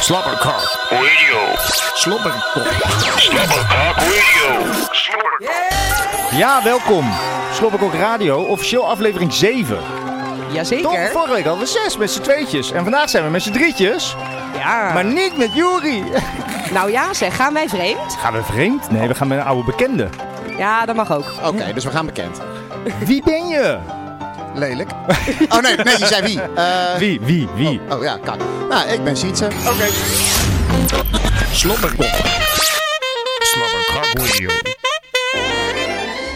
Slobberkok Radio. Slobberkok. Slobberkok Radio. Ja, welkom. Slobberkok Radio, officieel aflevering 7. Toch? Jazeker. Vorige week hadden we 6 met z'n tweetjes. En vandaag zijn we met z'n drietjes. Ja. Maar niet met Juri. Nou ja, zeg, gaan wij vreemd? Gaan we vreemd? Nee, we gaan met een oude bekende. Ja, dat mag ook. Oké, dus we gaan bekend. Wie ben je? Lelijk. Oh nee, nee, je zei wie? Eh, Wie, wie, wie? oh ja, kak. Nou, ik ben Sietse. Slobberkok. Slobberkok Radio.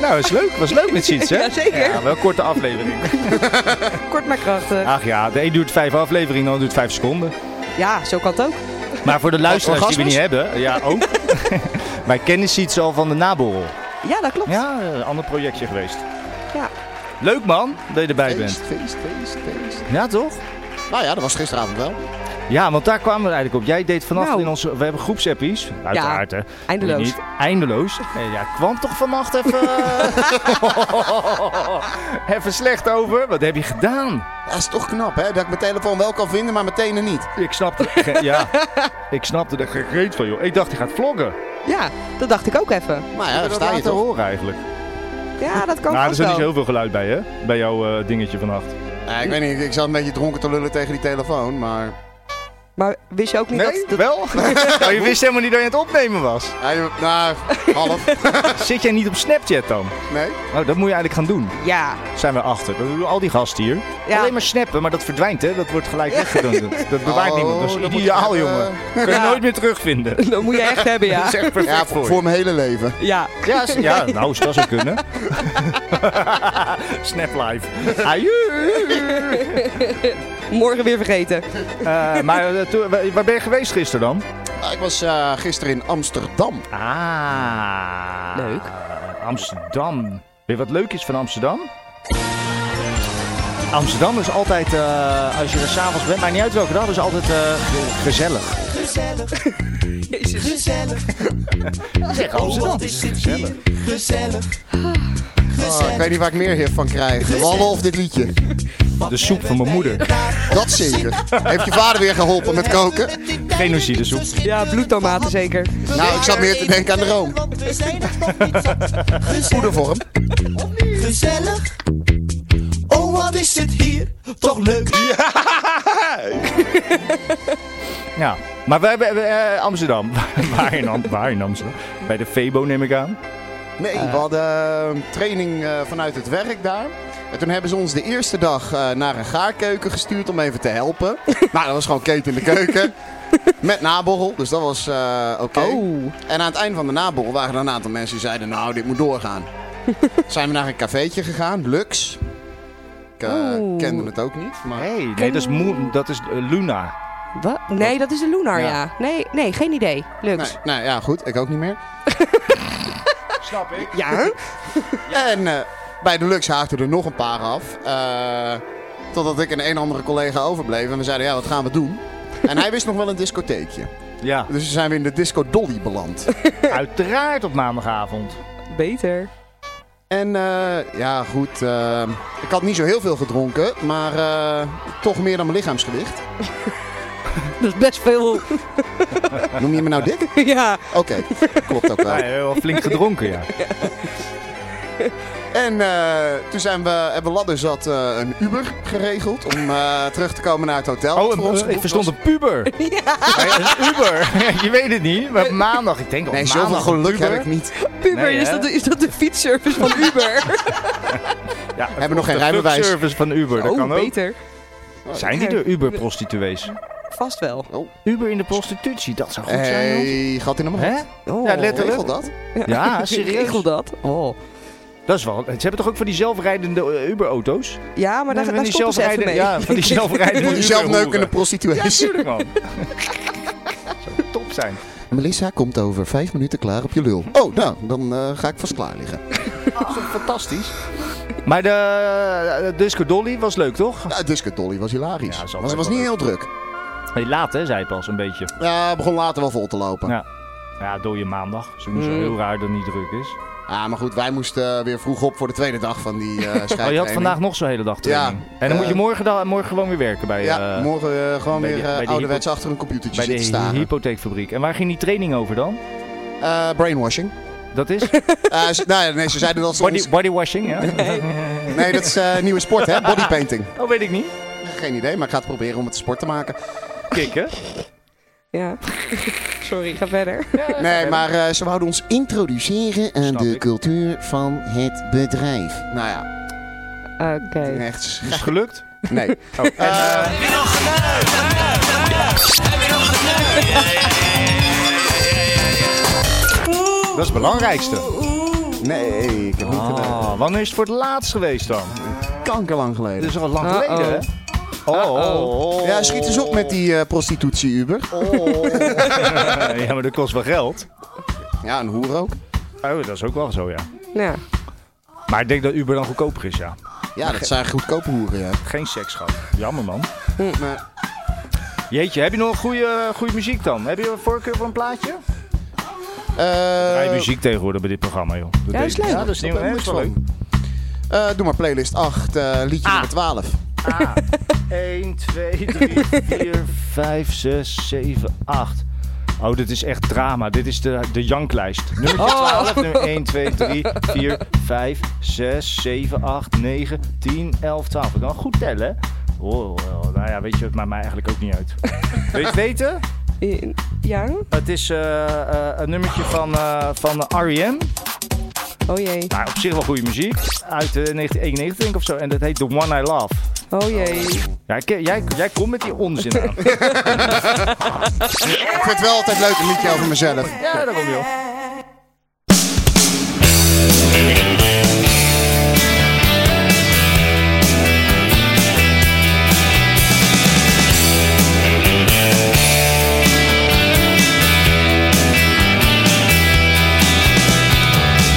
Nou, is leuk. Was leuk met Siets, hè? Jazeker. Ja, wel een korte aflevering. Kort maar krachtig. Ach ja, de een duurt vijf afleveringen, de ander duurt vijf seconden. Ja, zo kan het ook. Maar voor de luisteraars die we niet Orgasmes? hebben, ja, ook. Wij kennen Siets al van de naborrel. Ja, dat klopt. Ja, een ander projectje geweest. Ja. Leuk man, dat je erbij Feest, bent. feest, feest, feest. Ja, toch? Nou ja, dat was gisteravond wel. Ja, want daar kwamen we eigenlijk op. Jij deed vannacht Nou. in onze... We hebben groepsappies. Uiteraard, hè. eindeloos. Niet eindeloos. Eh, ja, kwam toch vannacht even... even slecht over. Wat heb je gedaan? Dat is toch knap, hè? Dat ik mijn telefoon wel kan vinden, maar mijn tenen niet. Ik snapte... ge- ja. Ik snapte er geen reet van, joh. Ik dacht, je gaat vloggen. Ja, dat dacht ik ook even. Maar Nou ja, daar dat sta je laten toch? horen eigenlijk. Ja, dat Maar kan nou, er ook zat niet wel. zo heel veel geluid bij, hè? Bij jouw eh, dingetje vannacht. Eh, ik weet niet, ik zat een beetje dronken te lullen tegen die telefoon, maar... Maar wist je ook niet Nee, dat... dat... wel? Maar je wist helemaal niet dat je aan het opnemen was. Hij- nou, half. Zit jij niet op Snapchat dan? Nee? Nou, dat moet je eigenlijk gaan doen. Ja, Zijn we achter. Dat doen al die gasten hier. Ja. Alleen maar snappen, maar dat verdwijnt, hè? Dat wordt gelijk weggedaan. Dat- Dat bewaart Oh, niemand. Dat dat eh, is moet je eh, ideaal, hebben. jongen. Kun je Ja. nooit meer terugvinden. dat moet je echt hebben, Dat ja. is echt perfect Ja, voor, voor mijn hele leven. Ja, Ja, s- ja, nou, zou dat zou kunnen. Snap live. Aju. morgen weer vergeten. Eh, maar eh, toen- wa- waar ben je geweest gisteren dan? Ah, ik was eh, gisteren in Amsterdam. Ah. Leuk. Amsterdam. Weet je wat leuk is van Amsterdam? Amsterdam is altijd, eh, als je er s'avonds bent, maakt niet uit welke dag, is altijd eh, ge- gezellig. Jezus. Zeg Oh, Amsterdam. Gezellig. Ah, ik weet niet waar ik meer hiervan krijg. Wallen of dit liedje. De soep van mijn moeder. Dat zeker. Heeft je vader weer geholpen met koken? Genocide soep. Ja, bloedtomaten zeker. Nou, ik zat meer te denken aan de room. We zijn het nog niet zat. Gezellig, Poedervorm. gezellig. Oh, wat is het hier toch leuk? Ja. Maar wij hebben eh, Amsterdam. waar, in, Am- waar in Amsterdam? Bij de Febo neem ik aan. Nee, we hadden eh, training eh, vanuit het werk daar. En toen hebben ze ons de eerste dag eh, naar een gaarkeuken gestuurd om even te helpen. nou, dat was gewoon Kate in de keuken. Met naborrel, dus dat was eh, oké. Oh. En aan het eind van de naborrel waren er een aantal mensen die zeiden, nou, dit moet doorgaan. Zijn we naar een cafeetje gegaan, Lux. Ik eh, Oeh. kende het ook niet, maar... Nee, nee dat is, Moon- dat is eh, Luna. Wat? Nee, dat is de Lunar, ja. Nee, nee, geen idee. Lux. Nee, nou ja, goed, ik ook niet meer. Snap ik. Ja? En eh, bij de Lux haakten er nog een paar af. Eh, totdat ik en een andere collega overbleven. En we zeiden, ja, wat gaan we doen? En hij wist nog wel een discotheekje. Ja, Dus toen zijn we in de Disco Dolly beland. uiteraard op maandagavond. Beter. En eh, ja, goed. eh, ik had niet zo heel veel gedronken. Maar eh, toch meer dan mijn lichaamsgewicht. Dat is best veel. Noem je me nou dik? ja. Oké, klopt ook wel. Ja, wel flink gedronken, ja. En eh, toen zijn we, hebben we ladderzat eh een Uber geregeld. Om eh, terug te komen naar het hotel. Oh, Wat voor een, ons eh, goed ik verstond was. een puber. Ja, Een Uber. Je weet het niet, maar maandag, ik denk op Nee, maandag. zoveel geluk Uber. heb ik niet. Puber, Nee, is, hè? dat, is dat de fietsservice van Uber? Ja, Hebben nog geen de rijbewijs. fuckservice van Uber, dat oh, kan ook. beter. Zijn die de Uber-prostituees? Vast wel. Oh. Uber in de prostitutie, dat zou goed zijn, joh. hey, gat in de mond. Hè? Oh. Ja, letterlijk. Regel dat? Ja, Regel serieus. dat. Oh. Dat is wel... Ze hebben toch ook van die zelfrijdende eh, Uber-auto's? Ja, maar daar, Van daar die stopt dus even zelfrijdende- mee. Ja, van die zelfrijdende Voor die zelfneukende Uber-hoeren. prostituees. Tuurlijk, man. zou top zijn. Melissa komt over vijf minuten klaar op je lul. Oh, nou, dan eh, ga ik vast klaar liggen. Fantastisch. Maar de, de Disco Dolly was leuk, toch? Ja, Disco Dolly was hilarisch. Ja, is altijd maar ze was wel niet heel druk. Hey, laat, hè, zei het pas, een beetje. Ja, begon later wel vol te lopen. Ja. Ja, dode maandag. Sowieso heel raar dat het niet druk is. Ah, maar goed, wij moesten eh, weer vroeg op voor de tweede dag van die eh Oh, je had schijntraining. vandaag nog zo'n hele dag training. Ja. en dan moet je Eh, morgen, dan, morgen gewoon weer werken bij, Ja, eh, morgen eh, gewoon bij de- weer bij eh, de ouderwets achter een bij computertje de zitten staan. Eh, hypotheekfabriek. En waar ging die training over dan? brainwashing. Dat is Eh, ze- nou, ja, nee, ze zeiden dat ze ons... body, bodywashing, ja? Nee, dat is eh, een nieuwe sport, hè? Bodypainting. Oh, weet ik niet. Geen idee, maar ik ga het proberen om het sport te maken. Kikken. Ja. Sorry, ga verder. Nee, maar eh, ze wouden ons introduceren aan Snap de ik. cultuur van het bedrijf. Nou ja, Oké. echt... Oh, s- Is gelukt? Nee. Eh. Dat is het belangrijkste. Nee, ik heb niet gedaan. Ah, wanneer is het voor het laatst geweest dan? Kankerlang geleden. Dat is al lang Uh-oh. geleden, hè? Oh, oh, oh. Ja, schiet eens op met die eh, prostitutie-Uber. Ja, maar dat kost wel geld. Ja, een hoer ook. Oh, dat is ook wel zo, ja. Ja. Maar ik denk dat Uber dan goedkoper is, ja. Ja, dat zijn goedkope hoeren, ja. Geen seks gehad. Jammer, man. Hm, Maar- Jeetje, heb je nog goede, goede muziek dan? Heb je een voorkeur voor een plaatje? Eh, Draai muziek tegenwoordig bij dit programma, joh. Dat Ja, is deed- leuk. Ja, dat is nieuw, Daar hè? ben Dat ik is wel leuk. van. Eh, doe maar playlist 8, eh liedje nummer 12. Ah. 1, 2, 3, 4, 5, 6, 7, 8. Oh, dit is echt drama. Dit is de, de janklijst. Nummer 12, nummer 1, 2, 3, 4, 5, 6, 7, 8, 9, 10, 11, 12. Ik kan goed tellen. hè? Oh, oh, nou ja, weet je, het maakt mij eigenlijk ook niet uit. Wil je het weten? I- Ja? Het is eh, eh, een nummertje van, eh, van R.E.M. Oh jee. Nou, op zich wel goede muziek. Uit eh, 1991 denk ik of zo. En dat heet The One I Love. Oh jee. Ja, ik- jij, jij komt met die onzin aan. Ik vind het wel altijd leuk een liedje over mezelf. Ja, daar kom je op.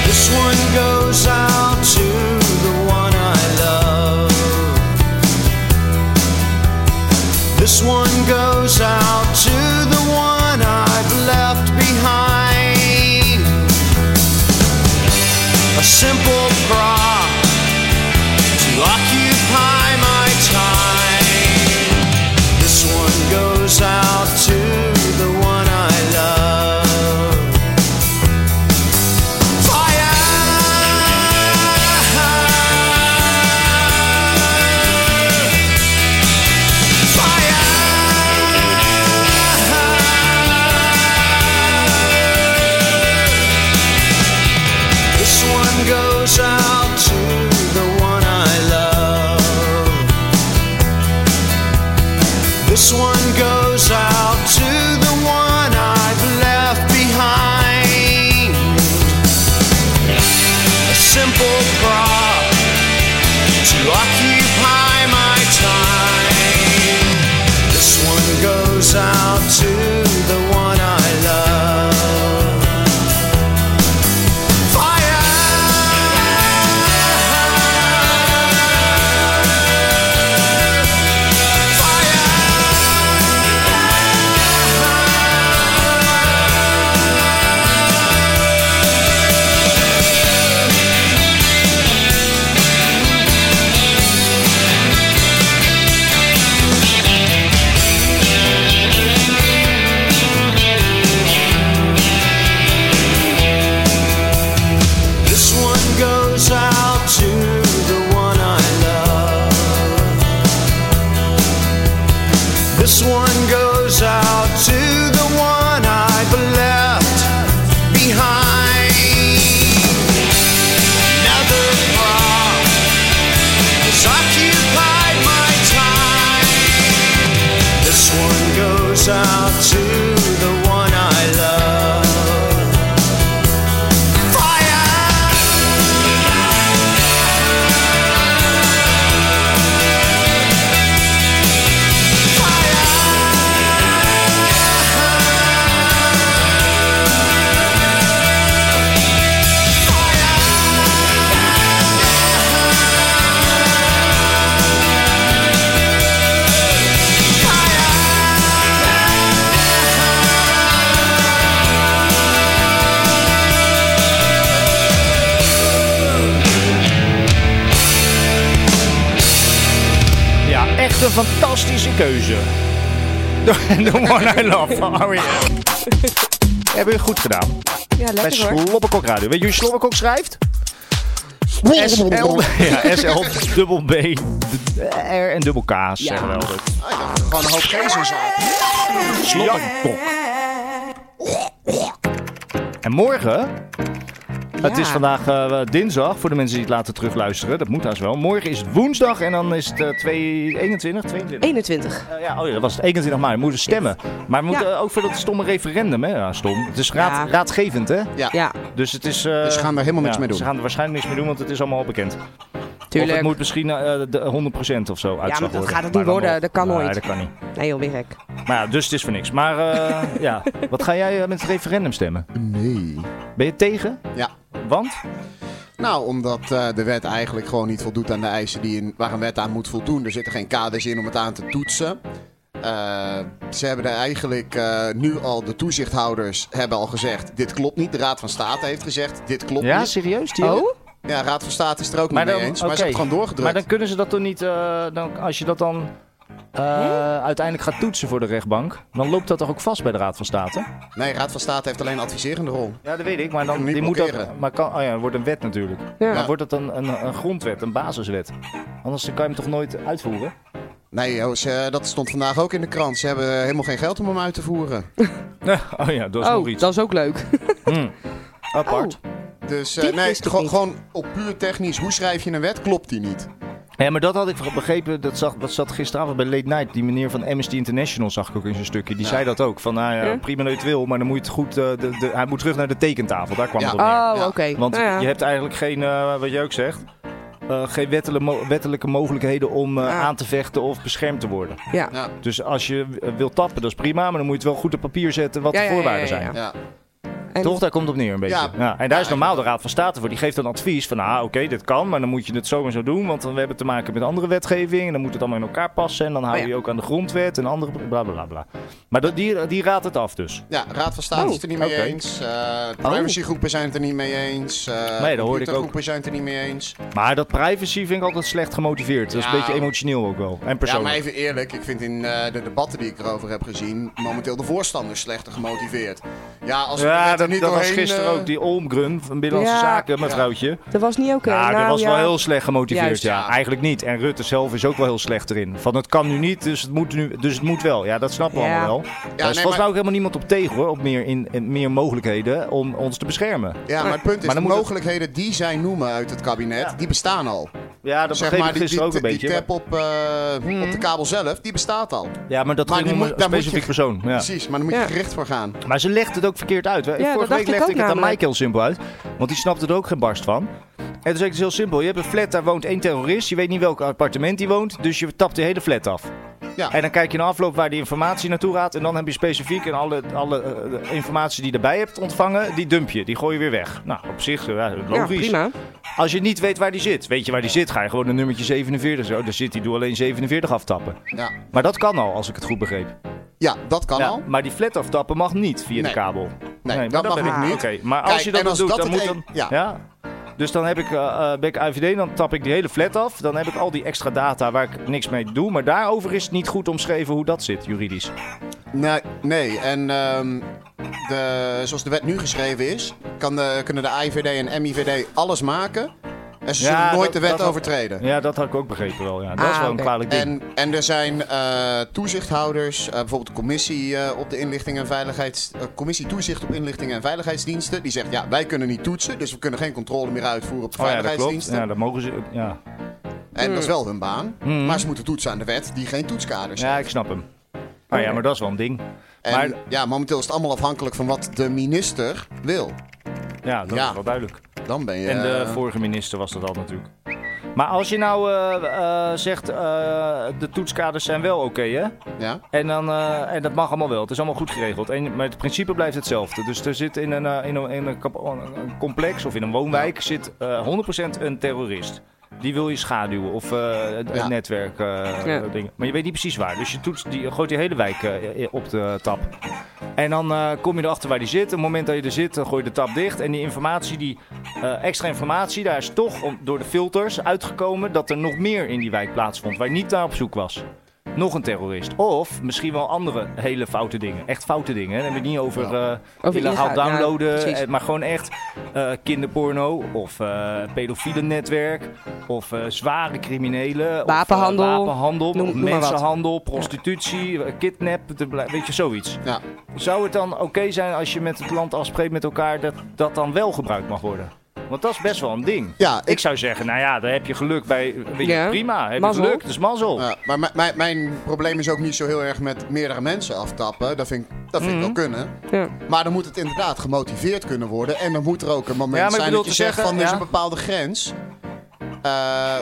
This one goes out to the one I love. This one goes out to the one I've left behind. A simple prop to occupy my time. This one goes out to the one I love. This one goes out to the one I've left behind a simple prop to occupy my time. This one goes out to the one I love. Fire! This one goes out to the one I love. This one goes out to the one I've left behind. Another prop has occupied my time. This one goes out to the one I love. Fire! Fire! een fantastische keuze. The One I Love van R.E.M. Hebben we goed gedaan. Ja, Bij lekker hoor. Slobberkok Radio. Weet je hoe Slobberkok schrijft? SL, ja, SL, dubbel B, d- R en dubbel K, zeggen we altijd. Ah, ik dacht dat er Gewoon een hoop keuzes zijn. Slobberkok. En morgen Het is vandaag eh, dinsdag, voor de mensen die het later terugluisteren. Dat moet haast wel. Morgen is het woensdag en dan is het eh, 2, 21, 22. 21. Eh, ja, oh ja, dat was het 21 maart. We moeten stemmen. Maar we moeten Ja. eh, ook voor dat stomme referendum, hè? Ja, stom. Het is raad, Ja. raadgevend, hè? Ja, Dus het is... eh, Dus ze gaan er helemaal niks ja, mee doen. Ze gaan er waarschijnlijk niks mee doen, want het is allemaal al bekend. Of het tuurlijk. moet misschien eh, de 100% of zo uitslag maar dat worden. gaat het niet Maar dan worden. nog. Dat kan Nee, nooit. dat kan niet. Nee joh, weer gek. Maar ja, dus het is voor niks. Maar eh, ja, wat ga jij eh, met het referendum stemmen? Nee. Ben je tegen? Ja. Want? Nou, omdat eh, de wet eigenlijk gewoon niet voldoet aan de eisen die een, waar een wet aan moet voldoen. Er zitten geen kaders in om het aan te toetsen. Eh, ze hebben er eigenlijk eh, nu al, de toezichthouders hebben al gezegd, dit klopt niet. De Raad van State heeft gezegd, dit klopt Ja, niet. serieus? Die Oh? Ja, Raad van State is het er ook niet mee eens, maar oké. ze hebben het gewoon Maar doorgedrukt. dan kunnen ze dat toch niet, eh, dan, als je dat dan eh, uiteindelijk gaat toetsen voor de rechtbank, dan loopt dat toch ook vast bij de Raad van State? Nee, Raad van State heeft alleen een adviserende rol. Ja, dat weet ik, maar Kan dan hem niet die moet dat, blokkeren. maar kan, oh ja, het wordt een wet natuurlijk. Ja. Maar wordt dat dan een, een grondwet, een basiswet? Anders kan je hem toch nooit uitvoeren? Nee, Joost, eh, dat stond vandaag ook in de krant. Ze hebben eh, helemaal geen geld om hem uit te voeren. oh ja, dat is nog Oh, iets. dat is ook leuk. Apart. Dus eh, Dit nee, wist ik gewoon- niet. gewoon op puur technisch, hoe schrijf je een wet, klopt die niet. Ja, maar dat had ik begrepen, dat, zag, dat zat gisteravond bij Late Night. Die meneer van Amnesty International zag ik ook in zijn stukje. Die zei dat ook. Van, nou ja, Ja. prima dat je het wil, maar dan moet je het goed, eh, de, de, hij moet terug naar de tekentafel. Daar kwam Ja. het op neer. Oh, Ja, oké. Want Nou ja. je hebt eigenlijk geen, eh, wat je ook zegt, eh, geen wettelijke, mo- wettelijke mogelijkheden om eh, Ja. aan te vechten of beschermd te worden. Ja. Ja, Dus als je eh, wilt tappen, dat is prima, maar dan moet je het wel goed op papier zetten wat Ja, de ja, ja, voorwaarden ja, ja. zijn. ja. En- Toch? Daar komt het op neer een beetje. Ja. Ja. En daar is normaal de Raad van State voor. Die geeft dan advies van, ah oké, dit kan, maar dan moet je het zo en zo doen, want dan- we hebben te maken met andere wetgeving en dan moet het allemaal in elkaar passen en dan hou Oh ja. je ook aan de grondwet en andere bla bla bla. bla. Maar dat- die, die raadt het af dus. Ja, Raad van State Oh, is het er niet mee oké. eens. eh, privacygroepen zijn het er niet mee eens. eh, dat hoorde ik computergroepen zijn het er niet mee eens. Maar dat privacy vind ik altijd slecht gemotiveerd. Dat is een Ja. beetje emotioneel ook wel. En Ja, maar persoonlijk. even eerlijk, ik vind in eh, de debatten die ik erover heb gezien, momenteel de voorstanders slechter gemotiveerd. Ja, als we Ja, er dat, niet dat was doorheen, gisteren eh, ook die Olmgren van Binnenlandse Ja. Zaken, mevrouwtje. Dat was niet oké. Ja, dat Nou, was ja. wel heel slecht gemotiveerd, Juist, ja. ja. Eigenlijk niet. En Rutte zelf is ook wel heel slecht erin. Van het kan nu niet, dus het moet, nu, dus het moet wel. Ja, dat snappen we Ja. allemaal wel. Daar is nee, volgens mij maar- ook helemaal niemand op tegen hoor, op meer, in, in meer mogelijkheden om ons te beschermen. Ja, maar het punt is, Maar de dan moet het- mogelijkheden die zij noemen uit het kabinet, die bestaan al. Ja, dat begreep ik die, die, gisteren ook een die beetje. Hmm. tap op, eh, op de kabel zelf, die bestaat al. ja, maar dat Maar ging die om moet- een daar moet je- specifiek persoon. Ja. Precies, maar dan moet je Ja. gericht voor gaan. Maar ze legt het ook verkeerd uit. Hè? dat Vorige dacht week ik legde ook ik het aan namelijk. Mike heel simpel uit. Want die snapte er ook geen barst van. En toen zei ik, het is heel simpel. Je hebt een flat, daar woont één terrorist. Je weet niet welk appartement die woont. Dus je tapt de hele flat af. Ja. En dan kijk je in de afloop waar die informatie naartoe gaat. En dan heb je specifiek en alle, alle eh, informatie die je erbij hebt ontvangen, die dump je. Die gooi je weer weg. Nou, op zich eh, Ja, logisch. prima. Als je niet weet waar die zit, weet je waar die zit, ga je gewoon een nummertje 47 zo. Daar zit die, doe alleen 47 aftappen. Ja, Maar dat kan al, als ik het goed begreep. ja dat kan al. Ja, maar die flat aftappen mag niet via Nee. de kabel. Nee, maar dat mag ben ook ik- niet. Oké, maar als Kijk, je en dat dan als doet, dat dan het moet e- dan... ja. Dus dan heb ik, eh eh, ben ik IVD, dan tap ik die hele flat af. Dan heb ik al die extra data waar ik niks mee doe. Maar daarover is het niet goed omschreven hoe dat zit, juridisch. Nee, Nou, nee. en ehm, de, zoals de wet nu geschreven is, kan de, kunnen de IVD en MIVD alles maken. En ze Ja, zullen nooit dat- de wet dat had- overtreden. Ja, dat had ik ook begrepen wel. Ja. Dat is Ah, wel een oké. kwalijk ding. En, en er zijn eh, toezichthouders, eh, bijvoorbeeld de commissie eh, op de inlichting en veiligheids, eh, commissie toezicht op inlichting en veiligheidsdiensten, die zegt ja, wij kunnen niet toetsen, dus we kunnen geen controle meer uitvoeren op de Oh ja, dat klopt. veiligheidsdiensten. Ja, dat mogen ze... Ja, Mm. En dat is wel hun baan, maar ze moeten toetsen aan de wet die geen toetskaders ja heeft. ik snap hem. Ah ja, maar dat is wel een ding. En maar- ja, momenteel is het allemaal afhankelijk van wat de minister wil. Ja, dat Ja. is wel duidelijk. Dan ben je... En de eh, vorige minister was dat al natuurlijk. Maar als je nou eh, eh, zegt, eh, de toetskaders zijn wel oké, hè? ja? En, dan, eh, en dat mag allemaal wel. Het is allemaal goed geregeld. En, maar het principe blijft hetzelfde. Dus er zit in een, eh, in een, in een, kap- een complex of in een woonwijk zit eh, 100% een terrorist. Die wil je schaduwen of eh, het Ja. netwerk eh, Ja. dingen. Maar je weet niet precies waar. Dus je toetst, die, gooit die hele wijk eh, op de tap. En dan eh, kom je erachter waar die zit. Op het moment dat je er zit, dan gooi je de tap dicht. En die informatie, die eh, extra informatie, daar is toch om- door de filters uitgekomen dat er nog meer in die wijk plaatsvond. Waar je niet naar op zoek was. nog een terrorist. Of misschien wel andere hele foute dingen. Echt foute dingen. hè. Dan hebben we het niet over, eh, Over illegaal illegaal, ja, downloaden. precies. eh, maar gewoon echt eh, kinderporno. Of eh pedofiele netwerk. Of eh, zware criminelen. of, eh, Wapenhandel. wapenhandel. Noem- of noem maar wat. mensenhandel. Prostitutie. eh, Kidnap. de- Weet je, zoiets. Ja. Zou het dan oké zijn als je met het land afspreekt met elkaar dat dat dan wel gebruikt mag worden? Want dat is best wel een ding. Ja, ik, zou zeggen, nou ja, daar heb je geluk bij. Weet je, Ja. Prima, heb Mazzel. je geluk, dus mazzel. Ja, maar mijn- mijn- mijn probleem is ook niet zo heel erg met meerdere mensen aftappen. Dat vind ik, dat vind Mhm. ik wel kunnen. Ja. Maar dan moet het inderdaad gemotiveerd kunnen worden. En dan moet er ook een moment Ja, maar ik zijn bedoel dat je te zegt zeggen, van er is ja. een bepaalde grens. eh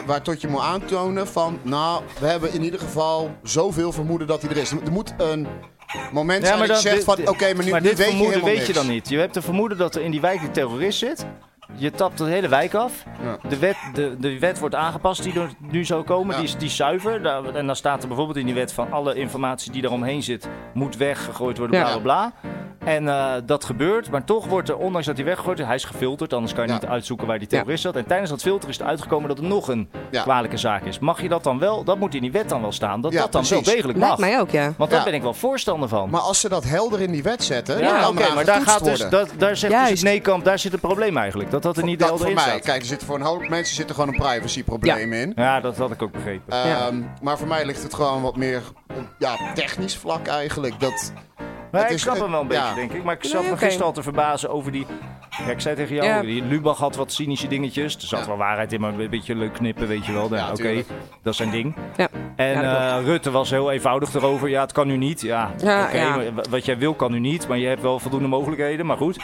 waar tot je moet aantonen van, nou, we hebben in ieder geval zoveel vermoeden dat hij er is. Er moet een moment zijn dat je zegt dit- van, dit- oké, maar nu, maar nu dit weet je vermoeden helemaal weet niks. je dan niet. Je hebt te vermoeden dat er in die wijk een terrorist zit. Je tapt de hele wijk af. Ja. De, wet, de, de wet wordt aangepast die er nu zou komen. Ja. Die, is, die is zuiver. Daar- en dan staat er bijvoorbeeld in die wet van alle informatie die daaromheen zit moet weggegooid worden. Ja. Bla bla bla. En eh, dat gebeurt. Maar toch wordt er, ondanks dat hij weggegooid is, hij is gefilterd. Anders kan je Ja. niet uitzoeken waar die terrorist zat. En tijdens dat filter is er uitgekomen dat er nog een Ja. kwalijke zaak is. Mag je dat dan wel? Dat moet in die wet dan wel staan. Dat Ja, dat dan precies. wel degelijk Lijkt mag. mij ook, ja. Want daar Ja. ben ik wel voorstander van. Maar als ze dat helder in die wet zetten, Ja, dan kan oké, eraan maar daar, getoetst gaat dus, worden. dat, daar zegt dus Juist. het nee-kamp, daar zit het probleem eigenlijk. Dat dat er niet dat helder voor in mij. staat. Kijk, er zit voor een hoop mensen zit er gewoon een privacyprobleem in. Ja, dat had ik ook begrepen. Ja. Ehm, Maar voor mij ligt het gewoon wat meer op ja, technisch vlak eigenlijk. Dat, Maar het ik is- snap hem wel een ja. beetje, denk ik. Maar ik Nee, zat me oké. gisteren al te verbazen over die... Ja, ik zei tegen jou, Ja. die Lubach had wat cynische dingetjes. Er zat Ja. wel waarheid in, maar een beetje leuk knippen, weet je wel. Nou, Ja, oké, tuurlijk. dat is zijn ding. Ja. En Ja, dat eh, Rutte was heel eenvoudig erover. Ja, het kan nu niet. Ja, Ja, oké, ja. maar w- wat jij wil kan nu niet, maar je hebt wel voldoende mogelijkheden. Maar goed,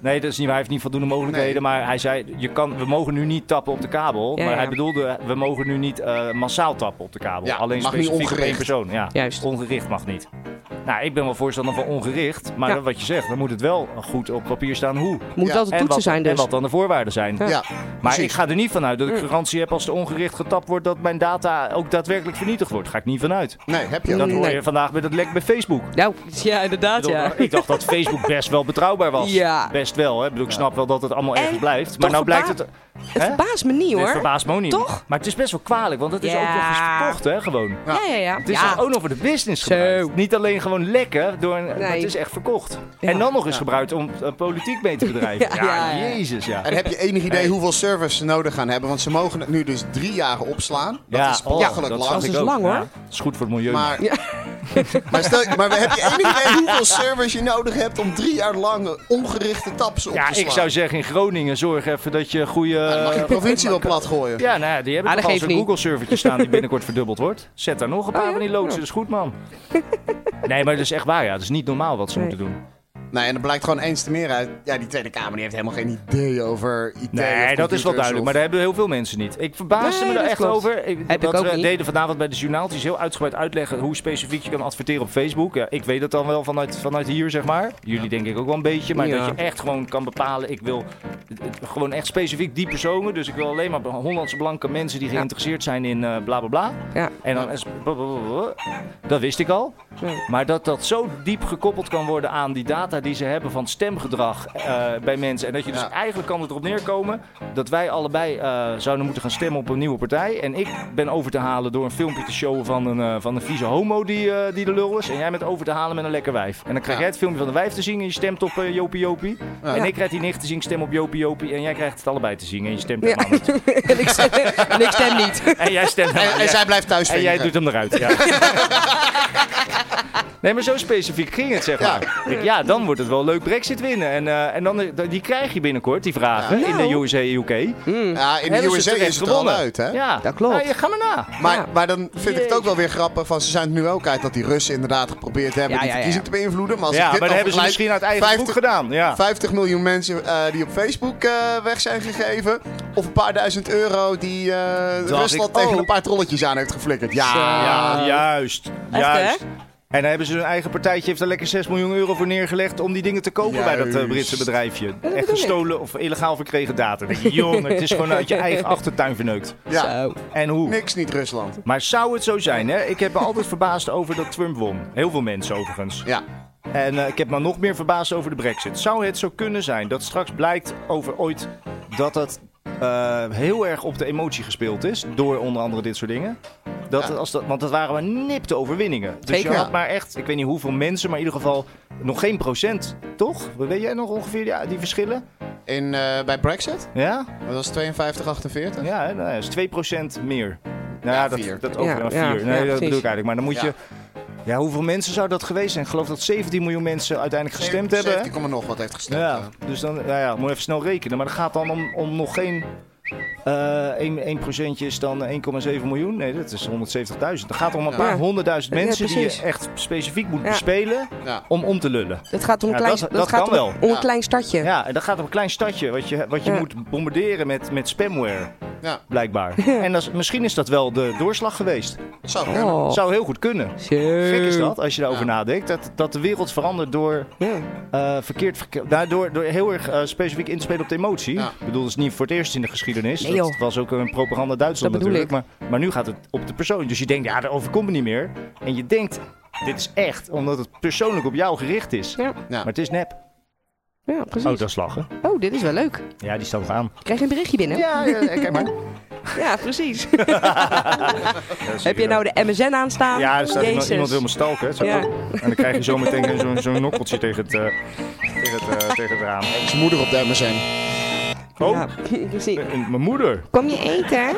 nee, dat is niet waar. Hij heeft niet voldoende mogelijkheden. Maar hij zei, je kan, we mogen nu niet tappen op de kabel. Ja, maar ja. hij bedoelde, we mogen nu niet eh, massaal tappen op de kabel. Ja, Alleen mag niet specifiek op één ongericht. persoon. Ja, Juist. Ongericht mag niet. Nou, ik ben wel voorstander van ongericht. Maar Ja. dan wat je zegt, dan moet het wel goed op papier staan hoe. Moet Ja. wel de en, toetsen wat, zijn en dus. wat dan de voorwaarden zijn. ja, Maar precies. ik ga er niet vanuit dat ik Mm. garantie heb als er ongericht getapt wordt dat mijn data ook daadwerkelijk vernietigd wordt. Ga ik niet vanuit. Nee, heb je ook Dat niet. hoor Nee. je vandaag met het lek bij Facebook. Nou, ja, inderdaad, Ik ja. bedoel, eh, Ik dacht dat Facebook best wel betrouwbaar was. Ja. Best wel, hè. Ik bedoel, ik snap wel dat het allemaal En ergens blijft. Maar toch nou blijkt het... verba- Het Hè? verbaast me niet, Dit hoor. verbaast me ook niet. Toch? Maar het is best wel kwalijk, want het is Ja. ook nog eens verkocht, hè, gewoon. Ja, ja, ja. Het is ja. ook nog voor de business Zo. gebruikt. Niet alleen gewoon lekker, door een, maar het Nee. is echt verkocht. Ja. En dan nog eens gebruikt om eh, politiek mee te bedrijven. Ja, Ja, ja, ja. jezus, ja. En heb je enig idee hoeveel servers ze nodig gaan hebben? Want ze mogen het nu dus drie jaar opslaan. Dat ja, is oh, belachelijk dat lang. is snap ik dus ook. lang, hoor. Ja, dat is goed voor het milieu. Maar, Ja. maar, stel, maar heb je enig idee hoeveel servers je nodig hebt om drie jaar lang ongerichte taps op ja, te slaan? ik zou zeggen in Groningen zorg even dat je goede... Ja, dan mag je de provincie wel plat gooien. Ja, nou ja, die hebben Ah, dat toch al geeft zo'n niet. Google-servertje staan die binnenkort verdubbeld wordt. Zet daar nog een paar Oh, ja? van die loodsen, dat is goed, man. nee, maar dat is echt waar, ja. Dat is niet normaal wat ze Nee. moeten doen. Nee, en er blijkt gewoon eens te meer uit. Ja, die Tweede Kamer die heeft helemaal geen idee over IT. eh, Nee, of dat is wel computers duidelijk, of- maar daar hebben heel veel mensen niet. Ik verbaasde Nee, me daar dat echt klopt. over. Ik, Heb wat ik ook we niet. deden vanavond bij de journaaltjes heel uitgebreid uitleggen hoe specifiek je kan adverteren op Facebook. Ja, ik weet dat dan wel vanuit, vanuit hier, zeg maar. Jullie denk ik ook wel een beetje, maar Ja. dat je echt gewoon kan bepalen, ik wil eh, eh, gewoon echt specifiek die personen. Dus ik wil alleen maar Hollandse blanke mensen die geïnteresseerd zijn in eh, bla bla bla. Ja. En dan is... Dat wist ik al. Nee. Maar dat dat zo diep gekoppeld kan worden aan die data die ze hebben van stemgedrag eh, bij mensen. En dat je dus Ja. eigenlijk kan het erop neerkomen dat wij allebei eh, zouden moeten gaan stemmen op een nieuwe partij. En ik ben over te halen door een filmpje te showen van een, eh, van een vieze homo die, eh, die de lul is. En jij bent over te halen met een lekker wijf. En dan krijg Ja. jij het filmpje van de wijf te zien en je stemt op eh, Jopie Jopie. Ja. En ik krijg die nicht te zien, ik stem op Jopie Jopie. En jij krijgt het allebei te zien en je stemt op Ja. Mamet. en, ik stem, en ik stem niet. En jij stemt En, en zij blijft thuis en jij vinken. doet hem eruit, ja. Nee, maar zo specifiek ging het, zeg Ja. maar. Ja, ja dan wordt het wel leuk Brexit winnen. En, eh, en dan, eh, die krijg je binnenkort, die vragen, Ja. in de Nou. USA UK. Ja, in de Hebben ze USA terecht is het er al gewonnen. uit, hè? Ja, Dat klopt. Nou, je- ga maar na. Maar, Ja. maar dan vind ik het ook wel weer grappig van ze zijn het nu ook uit dat die Russen inderdaad geprobeerd hebben Ja, ja, die ja. verkiezing te beïnvloeden. Maar als ja, ik dit maar dat dan hebben ze vergelijk, misschien uit eigen boek gedaan. Ja. 50 miljoen mensen eh, die op Facebook eh, weg zijn gegeven. Of een paar duizend euro die eh, Dat Rusland ik Oh. tegen ook. een paar trolletjes aan heeft geflikkerd. Ja, ja, juist. hè? juist. En dan hebben ze hun eigen partijtje, heeft er lekker 6 miljoen euro voor neergelegd om die dingen te kopen bij dat eh, Juist. Britse bedrijfje. Echt bedoel ik. gestolen of illegaal verkregen data. Denk je, Jongen, het is gewoon uit je eigen achtertuin verneukt. ja. Oh. En hoe? niks niet Rusland. Maar zou het zo zijn, hè? Ik heb me altijd verbaasd over dat Trump won. Heel veel mensen overigens. Ja, En eh, ik heb me nog meer verbaasd over de brexit. Zou het zo kunnen zijn dat straks blijkt over ooit dat dat eh, heel erg op de emotie gespeeld is? Door onder andere dit soort dingen. Dat, als dat, want dat waren maar nipte overwinningen. Dus Zeker. je had maar echt, ik weet niet hoeveel mensen, maar in ieder geval nog geen procent. Toch? Weet jij nog ongeveer die, die verschillen? In, eh, bij Brexit? Ja? Dat was 52, 48. Ja, hè, nou, dat is 2% meer. Nou Ja, ja, dat, vier. dat ook Ja, nou, ja, vier. ja, Nee, dat precies. bedoel ik eigenlijk. Maar dan moet Ja. je... Ja, hoeveel mensen zou dat geweest zijn? Ik geloof dat 17 miljoen mensen uiteindelijk gestemd hebben. hè? 17, komma nog wat heeft gestemd. Ja, dus dan nou ja, moet je even snel rekenen. Maar het gaat dan om, om nog geen... eh 1, 1 is dan 1,7 miljoen. Nee, dat is 170.000. Het gaat om een Ja. paar honderdduizend Ja, mensen die je precies. echt specifiek moet Ja. bespelen Ja. om om te lullen. Het gaat om een Ja, klein, dat- dat dat gaat kan om, wel. om een Ja. klein stadje. Ja, en dat gaat om een klein stadje wat je, wat je Ja. moet bombarderen met, met spamware, Ja. blijkbaar. En dat is- misschien is dat wel de doorslag geweest. Zo. Oh. Zou heel goed kunnen. Eh. Zo. Gek is dat, als je daarover Ja. nadenkt. Dat, dat de wereld verandert door Ja. eh, verkeerd... verke- nou, door, door heel erg eh, specifiek in te spelen op de emotie. Ja. Ik bedoel, dat is niet voor het eerst in de geschiedenis. Nee, dat joh. was ook een propaganda Duitsland Dat bedoel natuurlijk. Maar, maar nu gaat het op de persoon. Dus je denkt, ja, dat overkomt me niet meer. En je denkt, dit is echt, omdat het persoonlijk op jou gericht is. Ja. Maar het is nep. ja, Oh, precies. dat is lachen. Oh, dit is wel leuk. Ik Ja, die staat nog aan. krijg een berichtje binnen. Ja, ja kijk maar. Ja, precies. Heb je nou de MSN aanstaan? Ja, er staat iemand, Jezus. iemand wil me stalken. hè. Zo- Ja. En dan krijg je zo meteen zo'n zo'n nokkeltje tegen het, eh, tegen, het, eh, tegen het raam. Zijn moeder op de MSN. Oh, Ja, precies. eh, mijn moeder. Kom je eten?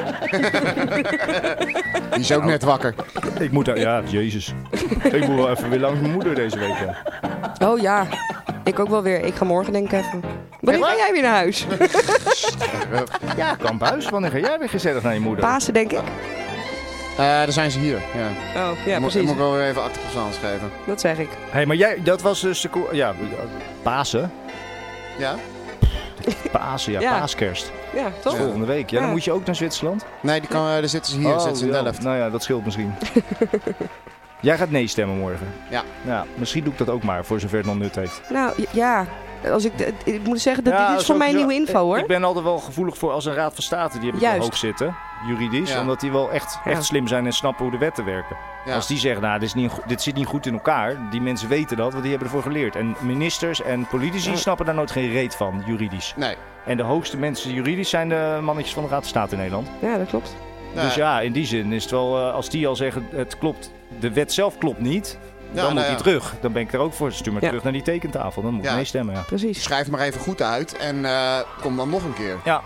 Die is ook net wakker. Ik moet daar... Ja, jezus. Ik moet wel even weer langs mijn moeder deze week. hè. Oh ja, ik ook wel weer. Ik ga morgen denk ik even. Wanneer ga jij weer naar huis? Ja, kamphuis. Wanneer ga jij weer gezellig naar je moeder? Pasen denk ik. Eh, daar zijn ze hier. Ja. Oh ja, Mo- Moet precies. ik wel weer even acte présence geven. Dat zeg ik. Hé, hey, maar jij... Dat was dus de... ko- Ja, Pasen. Ja? Pasen, ja. Ja. Paaskerst. Ja, toch? Ja. Volgende week. Ja, dan Ja. moet je ook naar Zwitserland. Nee, die kan, eh, daar zitten ze hier. Oh, zitten ze in ja. Delft. Nou ja, dat scheelt misschien. Jij gaat nee stemmen morgen. Ja. ja. Misschien doe ik dat ook maar, voor zover het nog nut heeft. Nou j- ja, als ik, d- ik moet zeggen, dat Ja, dit is zo- voor mij zo- nieuwe info ik- hoor. Ik ben altijd wel gevoelig voor als een Raad van State, die heb ik wel Juist. hoog zitten, juridisch. Ja. Omdat die wel echt, Ja. echt slim zijn en snappen hoe de wetten werken. Ja. Als die zeggen, nou, dit, is niet, goed- dit zit niet goed in elkaar. Die mensen weten dat, want die hebben ervoor geleerd. En ministers en politici Ja. snappen daar nooit geen reet van, juridisch. Nee. En de hoogste mensen juridisch zijn de mannetjes van de Raad van State in Nederland. Ja, dat klopt. Nou, Dus ja, in die zin is het wel, eh, als die al zeggen, het klopt, de wet zelf klopt niet... dan Ja, nou moet ja. die terug. Dan ben ik er ook voor. Stuur maar Ja. terug naar die tekentafel. Dan moet ik Ja. meestemmen, ja. Precies. Schrijf maar even goed uit en eh, kom dan nog een keer. Ja,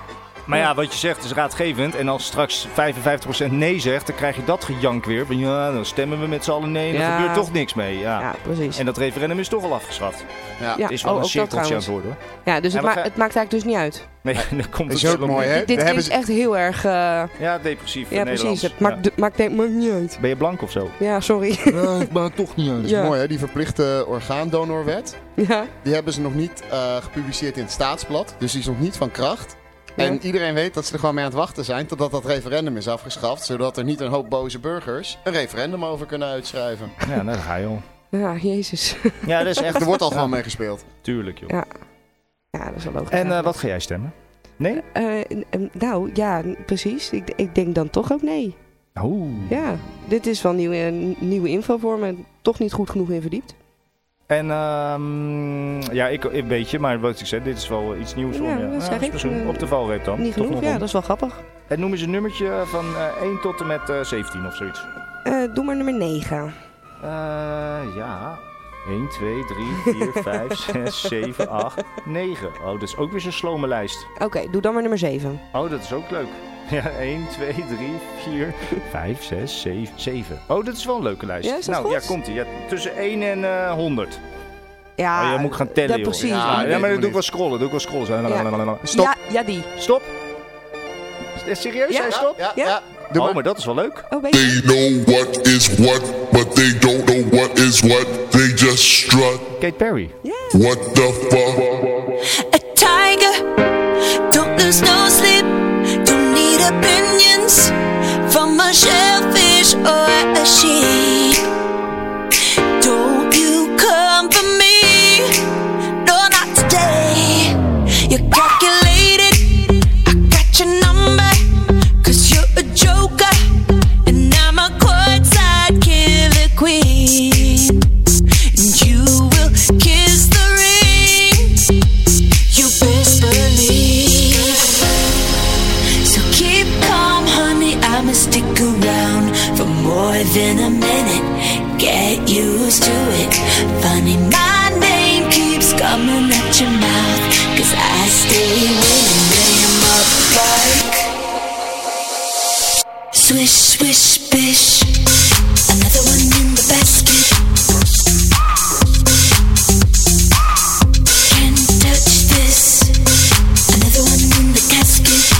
maar ja, wat je zegt is raadgevend. En als straks 55% nee zegt, dan krijg je dat gejank weer. Van, ja, dan stemmen we met z'n allen nee en Ja. er gebeurt toch niks mee. Ja. Ja, precies. En dat referendum is toch al afgeschaft. Ja. Ja, het is wel oh, een ook dat cirkeltje aan het eh, trouwens. worden. Ja, dus Ja, het, maar ma- ga- het maakt eigenlijk dus niet uit. Nee, dan komt Dat het is ook mooi, hè? Dit Daar hebben is ze- echt heel erg... eh, Ja, depressief ja, Nederlands. precies. Het Ja. maakt, de- maakt, denk- maakt niet uit. Ben je blank of zo? Ja, sorry. maar toch niet Dat is Ja. mooi, hè? Die verplichte orgaandonorwet. ja. Die hebben ze nog niet eh, gepubliceerd in het Staatsblad. Dus die is nog niet van kracht. Ja. En iedereen weet dat ze er gewoon mee aan het wachten zijn totdat dat referendum is afgeschaft. Zodat er niet een hoop boze burgers een referendum over kunnen uitschrijven. Ja, nou, daar ga je al. Ja, jezus. Ja, dat is echt... Er wordt al gewoon mee gespeeld. Tuurlijk, joh. Ja. Ja, dat is wel logisch. En eh, eigenlijk. wat ga jij stemmen? Nee? Eh, n- n- nou, ja, n- precies. Ik, ik denk dan toch ook nee. Oeh. Ja, dit is wel nieuwe, eh, nieuwe info voor me. Toch niet goed genoeg in verdiept. En ehm ja, ik een beetje, maar wat ik zei, dit is wel iets nieuws Ja, voor me. dat zeg is ik. misschien Eh, Op de valreep dan. Niet Oh, Toch genoeg, nog ja, om. dat is wel grappig. En noem eens een nummertje van eh, 1 tot en met eh, 17 of zoiets. Eh, doe maar nummer 9. Eh, ja. 1, 2, 3, 4, 5, 6, 7, 8, 9. Oh, dat is ook weer zo'n slome lijst. Oké, doe dan maar nummer 7. Oh, dat is ook leuk. Ja, 1, 2, 3, 4, 5, 6, 7, 7. Oh, dat is wel een leuke lijst. Ja, is dat nou, goed? ja, komt ie. Ja, tussen 1 en eh 100. Ja, oh, je moet gaan tellen, ja, joh. Ah, precies. Ja, Ja, nee, maar dat doe doe ik niet. wel scrollen. Doe ik wel scrollen. Zo, la, la, la, la, la. Stop. Ja, ja, die. Stop. Is serieus? Ja. Hij stop? Ja, Ja? ja. Doe Oh, maar. maar dat is wel leuk. Oh, weet je? They know what is what, but they don't know what is what. They just strut. Kate Perry. What the fuck? a tiger. Don't lose no sleep. Don't need opinions from a shellfish or a sheep. Don't you come for me? No, not today. You're calculated. I got your number. Cause you're a joker. And I'm a courtside killer queen. And you will kiss the ring. within a minute. Get used to it. Funny, my name keeps coming at your mouth. Cause I stay winning, laying up like. Swish, swish, bish. Another one in the basket. Can't touch this. Another one in the casket.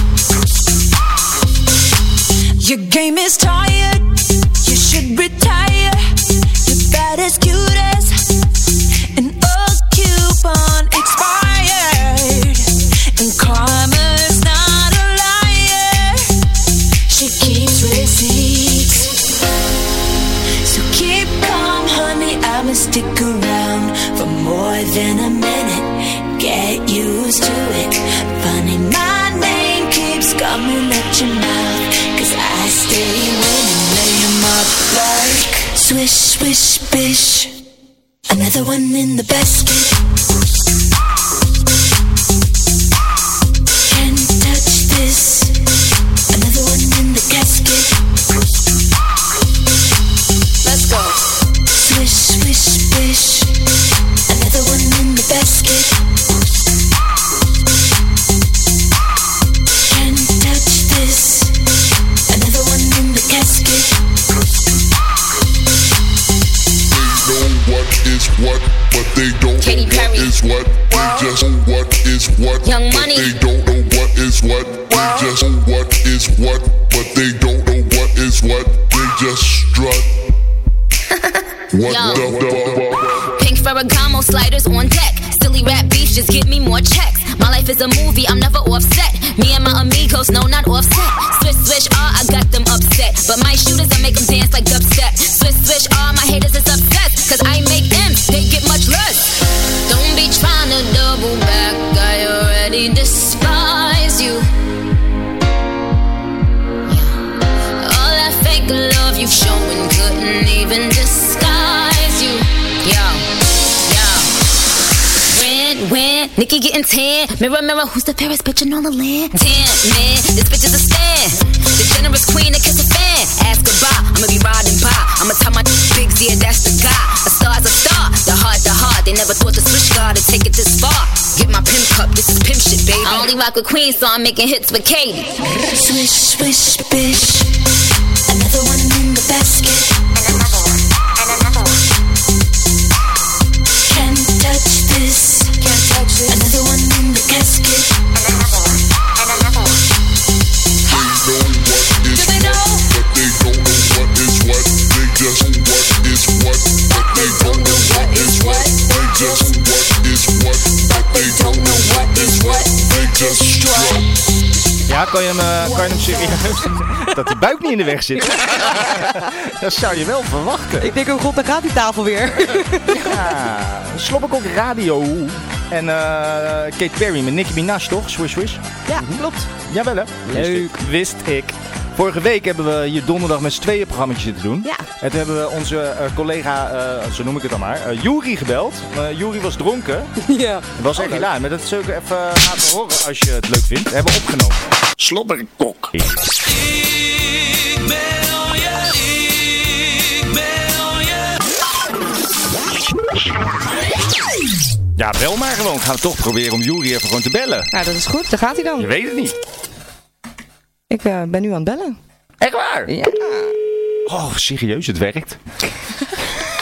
Your game is tired. You should retire. You're about as cute as an old coupon expired. And karma's not a liar. She keeps receipts. So keep calm, honey. I'ma stick around for more than a minute. Get used to it. Funny, my name keeps coming at your mouth. Cause I stay winning, lay 'em up like swish, swish, bish. Another one in the basket. Can't touch this. Another one in the casket. Let's go. Swish, swish, swish. Another one in the basket. Can't touch this. Another one in the casket. know what is what, but they don't Katy know what Perry. is what. They just know what is what, Young but Money. they don't know what is what. They just know what is what, but they don't know what is what. They just strut. What Yo. the fuck? Pink Ferragamo sliders on deck. Silly rap beef, just give me more checks. My life is a movie, I'm never offset. Me and my amigos, no, not offset. Swish, swish, ah, I got them upset. But my shooters, I make them dance like dubstep. Swish, swish, ah, my haters is obsessed. Cause I make M's, they get much less. Don't be trying to double back, I already despise you. All that fake love you showing couldn't even disguise you. Yo, yo. Red, win, Nikki getting tan. Mirror, mirror, who's the fairest bitch in all the land? Damn, man, this bitch is a stand. The generous queen that kiss a fan. Ask goodbye, I'ma be riding by. I'ma tell my big yeah, that's the guy. A star's a star, the heart, the heart. They never thought the switch guard to take it this far. Get my pimp cup, this is pimp shit, baby. I only rock with queens, so I'm making hits with Katie. Swish, swish, bish. Another one in the basket. Can't touch this. Can't touch this. Another one in the casket. They know what is Do they know? what, but they don't know what is what. They just know what is what, but they don't know what is what. They just know what is what, but they don't know what is what. They just strut. Ja, kan je hem, eh, kan je hem serieus? dat de buik niet in de weg zit. dat zou je wel verwachten. Ik denk, oh god, daar gaat die tafel weer. Ja, Slobberkok Radio. En eh Kate Perry met Nicki Minaj, toch? Swish, swish. Ja, klopt. Jawel, hè? Leuk. Wist ik. Vorige week hebben we hier donderdag met z'n tweeën programmaatje zitten doen. Ja. En toen hebben we onze eh, collega, eh, zo noem ik het dan maar, eh Juri gebeld. Eh Juri was dronken. Ja. Oh, Het was echt helaas. Maar dat zul ik even laten horen als je het leuk vindt. We hebben opgenomen. Slobberkok. Ja, bel maar gewoon. Gaan we toch proberen om Juri even gewoon te bellen. Nou, dat is goed. Daar gaat Je hij dan. weet het niet. Ik eh, ben nu aan het bellen. Echt waar? Ja. Oh, serieus, het werkt.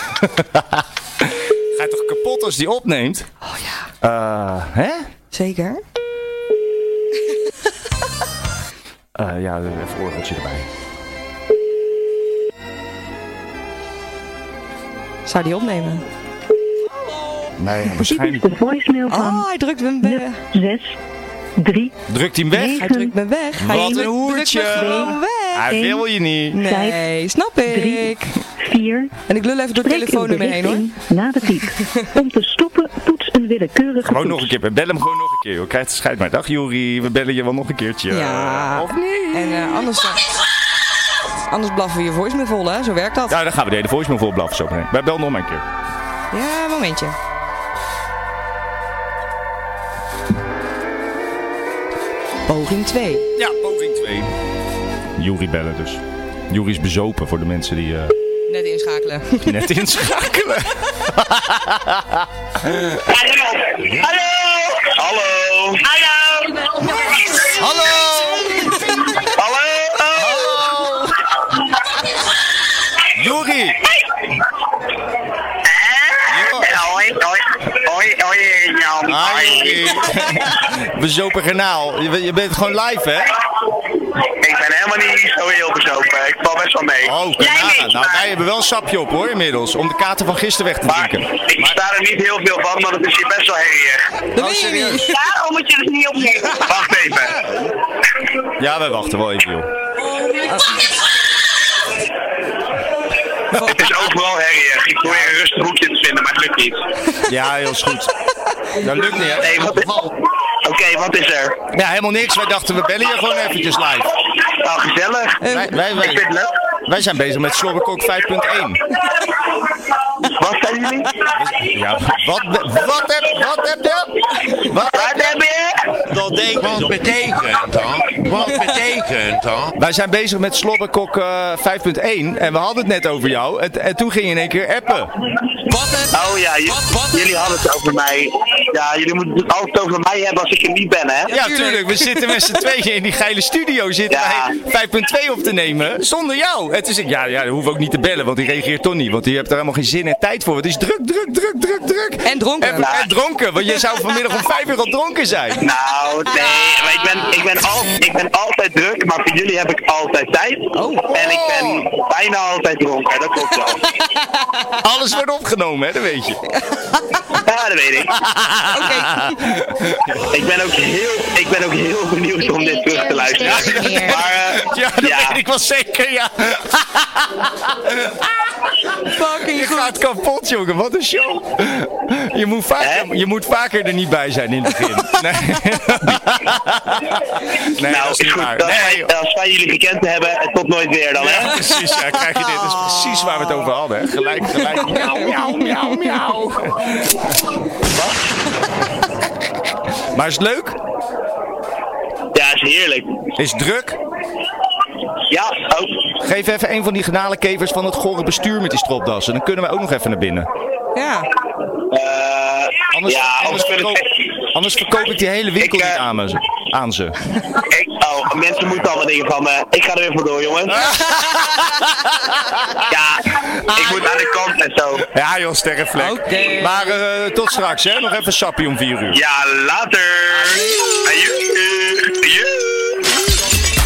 Ga je toch kapot als die opneemt? Oh ja. Eh, hè? Zeker. Eh, ja, even orgeltje erbij. Zou die opnemen? Nee, Waarschijnlijk. Oh, hij drukt me weg. Drukt hij hem weg? Hij drukt me weg. Hij Wat een drukt me hoertje. gewoon weg. Hij wil je niet. Nee, snap ik. Vier. En ik lul even door het telefoonnummer heen hoor. Na de piep. Om te stoppen, toets een willekeurige Gewoon toets. nog een keer. Bel hem gewoon nog een keer. Joh. Krijgt de scheid maar. Dag Juri, we bellen je wel nog een keertje. Ja. Of niet? En eh, anders, dan- anders blaffen we je voicemail vol hè, zo werkt dat. Ja, dan gaan we de hele voicemail voor blaffen zo meteen. Wij bellen nog maar een keer. Ja, momentje. Poging 2. Ja, poging 2. Juri bellen dus. Juri is bezopen voor de mensen die eh, Net inschakelen. net inschakelen. Hallo! Hallo! Hallo! Hallo! Hallo! Juri! Hoi, hoi, hoi, hoi, Jan. Bezopen kanaal. Je, bent- je bent gewoon live, hè? Ik ben helemaal niet zo heel bezopen. Ik val best wel mee. Oh, kanaal. Nou, wij hebben wel een sapje op, hoor, inmiddels. Om de kaarten van gisteren weg te drinken. Ik sta er niet heel veel van, maar het is hier best wel herrierig. Oh, Dat is niet. Daarom moet je het niet opnemen. Wacht even. Ja, wij wachten wel even, joh. Het is overal herrierig. Ik probeer een rustig hoekje te vinden, maar het lukt niet. Ja, heel is goed. Dat lukt niet, hè? Nee, wat Oké, wat is er? Ja, helemaal niks. Wij dachten, we bellen je gewoon eventjes live. Nou, gezellig. Wij, wij, wij- Ik vind het leuk. wij zijn bezig met Slobberkok 5.1. Wat zijn jullie? Ja, wat, wat heb, wat heb je? Wat, heb je? Dat betekent Wat betekent dat? Wat betekent dat? Wij zijn bezig met Slobberkok eh, 5.1 en we hadden het net over jou. En, en toen ging je in één keer appen. Oh ja, j- jullie hadden het over mij. Ja, jullie moeten het altijd over mij hebben als ik er niet ben, hè? Ja, tuurlijk. We zitten met z'n tweeën in die geile studio. Zitten wij 5.2 op te nemen zonder jou. En toen zei ik, ja, ja, dat hoef ook niet te bellen, want die reageert toch niet. Want die hebt er helemaal geen zin en tijd voor. Het is druk, druk, druk, druk, druk. En dronken. En, dronken, want je zou vanmiddag om 5 uur al dronken zijn. Nou, nee, maar ik ben, ik, ben al, ik ben altijd druk, maar voor jullie heb ik altijd tijd. En ik ben bijna altijd dronken, dat klopt wel. Alles wordt opgenomen, hè, dat weet je. Ja, dat weet ik. Ik ben ook heel, ik ben ook heel benieuwd om dit terug te luisteren. Maar, eh, Ja, dat weet ik wel zeker, ja. je gaat kapot, jongen. Wat een show. Je moet, vaker, je moet vaker er niet bij zijn in het begin. Nee, nee nou, dat is niet goed, waar. als, Nee, wij, als wij jullie gekend hebben, en tot nooit weer dan, hè? ja, precies. Ja, krijg je dit. Dat is precies waar we het over hadden. hè. Gelijk, gelijk. Miauw, miauw, miauw, miauw. Maar is het leuk? Ja, is heerlijk. Is het druk? Ja, ook. Geef even een van die genadenkevers van het gore bestuur met die stropdassen. Dan kunnen wij ook nog even naar binnen. Ja. anders, Eh, ja, anders verkoop, anders verkoop ik eh, die hele winkel niet aan, me- aan ze. Ik, oh, mensen moeten allemaal dingen van me. Ik ga er weer voor door, jongens. ja, ik moet aan de kant en zo. Ja joh, sterrenvlek. Maar eh, tot straks hè, nog even sappie om 4 uur. Ja, later.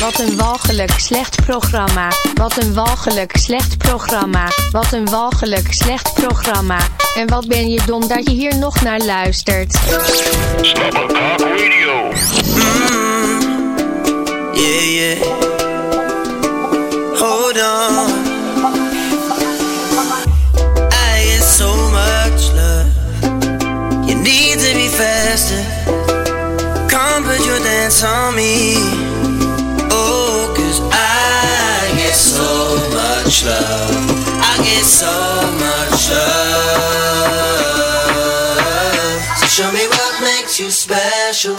Wat een walgelijk slecht programma. Wat een walgelijk slecht programma. Wat een walgelijk slecht programma. En wat ben je dom dat je hier nog naar luistert. Slobberkok Radio. Yeah, yeah. Hold on. I get so much love. You need to be faster. Come put your dance on me. Oh, cause I get so much love. I get so much love. So show me what makes you special.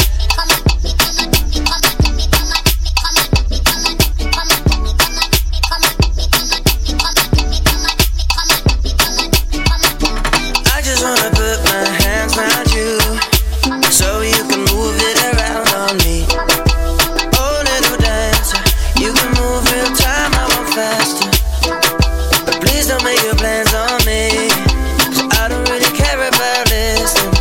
I just wanna put my hands around you so you can move it around on me. Oh, little dancer, you can move real time, I want faster. But please don't make your plans on me. 'cause I don't really care about listening.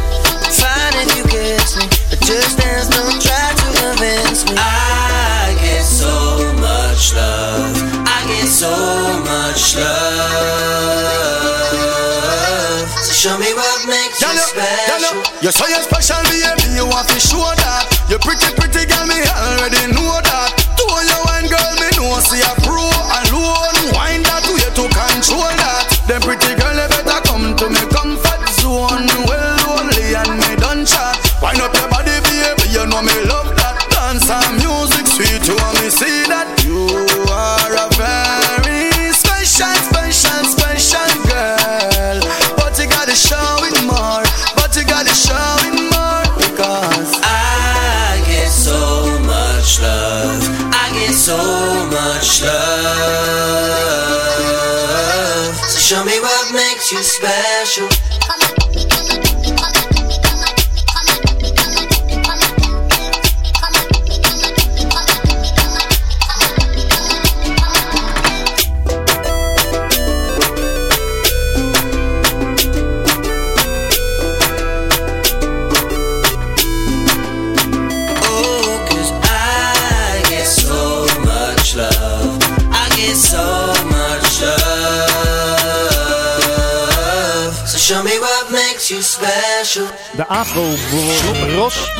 Fine if you kiss me, but just dance, don't try to convince me. I get so much love, I get so much love. So show me what makes you special. You say you're special, baby, you want to show that. You pretty, pretty girl, me already know that. To you wine, girl, me know see a pro alone. Wine that way to control that. Them pretty girl, you better come to me comfort zone. Well, lonely and me done chat. Wine up your body, baby, you know me love that. Dance and music, sweet, you want me see that. You are a very special, special, special girl. But you gotta show it more. But you gotta show it more because I get so much love. I get so much love. Show me what makes you special. Oh, 'cause I get so much love. I get so much love. So show me what makes you special. De Afro Bro- Bros.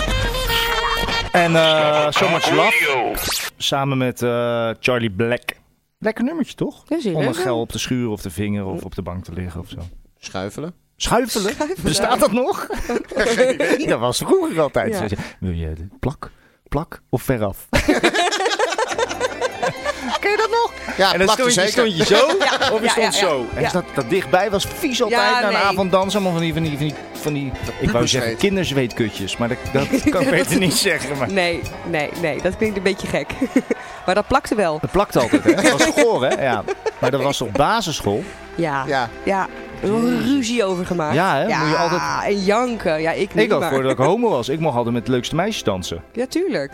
En eh So Much Love. Samen met eh, Charlie Black. Lekker nummertje toch? Om een gel op de schuur of de vinger of op de bank te liggen of zo. Schuifelen. Schuifelen? Bestaat dat nog? dat was vroeger altijd. Ja. Ze zei, Wil je de plak, plak of veraf? Ken je dat nog? Ja, en dan plak er stond je, zeker. stond je zo of je Ja, stond ja, ja. zo. En Ja. dat, dat dichtbij was vies altijd Ja, na een nee. avonddans. Allemaal van die, van die, van die, van die ik wou zeggen pubersweet. kinderzweetkutjes. Maar dat, dat kan ik beter niet zeggen. Maar. Nee, nee, nee. Dat klinkt een beetje gek. maar dat plakte wel. Dat plakt altijd, hè? Dat was goor, hè? Ja. Maar dat was op basisschool. Ja. Ja. ja. Er wordt een ruzie over gemaakt. Ja, hè? Moet je altijd- en janken. Ja, ik niet, Ik dacht maar... voordat ik homo was. Ik mocht altijd met de leukste meisjes dansen. Ja, tuurlijk.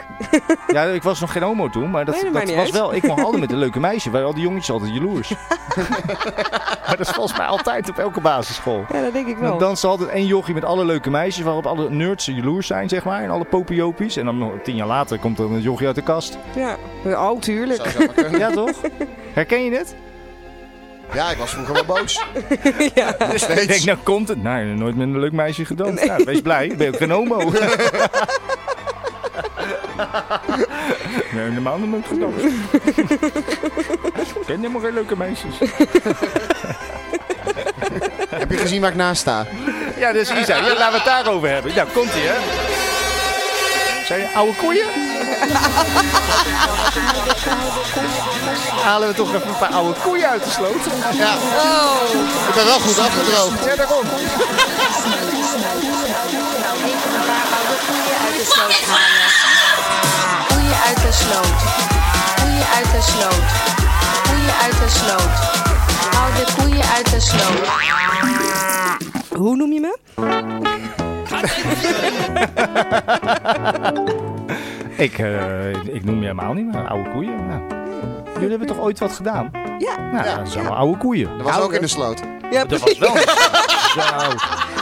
Ja, ik was nog geen homo toen, maar dat, Nee, dat dat maakt niet was uit. wel. Ik mocht altijd met een leuke meisje. Wij al die jongetjes altijd jaloers. maar dat is volgens mij altijd op elke basisschool. Ja, dat denk ik Dan wel. danst er altijd één jochie met alle leuke meisjes, waarop alle nerds jaloers zijn, zeg maar. En alle popiopies. En dan nog tien jaar later komt er een jochie uit de kast. Ja. Oh, tuurlijk. Ja, toch? Herken je dit? Ja, ik was vroeger wel boos. Ik denk, nou komt het. Nee, nooit met een leuk meisje gedanst. Nou, wees blij, ben je ook geen homo. nee, normaal nooit gedanst. Ik ken helemaal geen leuke meisjes. Heb je gezien waar ik naast sta? Ja, dus Isa, ja, laten we het daarover hebben. Nou, komt ie, hè? Zijn je oude koeien? Halen we toch even een paar oude koeien uit de sloot? Ja. Ik ben wel goed afgedroogd. Ja, daarom. Hoe je uit de sloot. Hoe je uit de sloot. Hoe je uit de sloot. Hou de koeien uit de sloot. Hoe noem je me? Ik, eh, ik noem je helemaal niet, maar oude koeien. Nou. Jullie hebben toch ooit wat gedaan? Ja. Nou, Ja. dat zijn wel oude koeien. Dat was ook in de sloot. Ja, Dat was wel. Zo.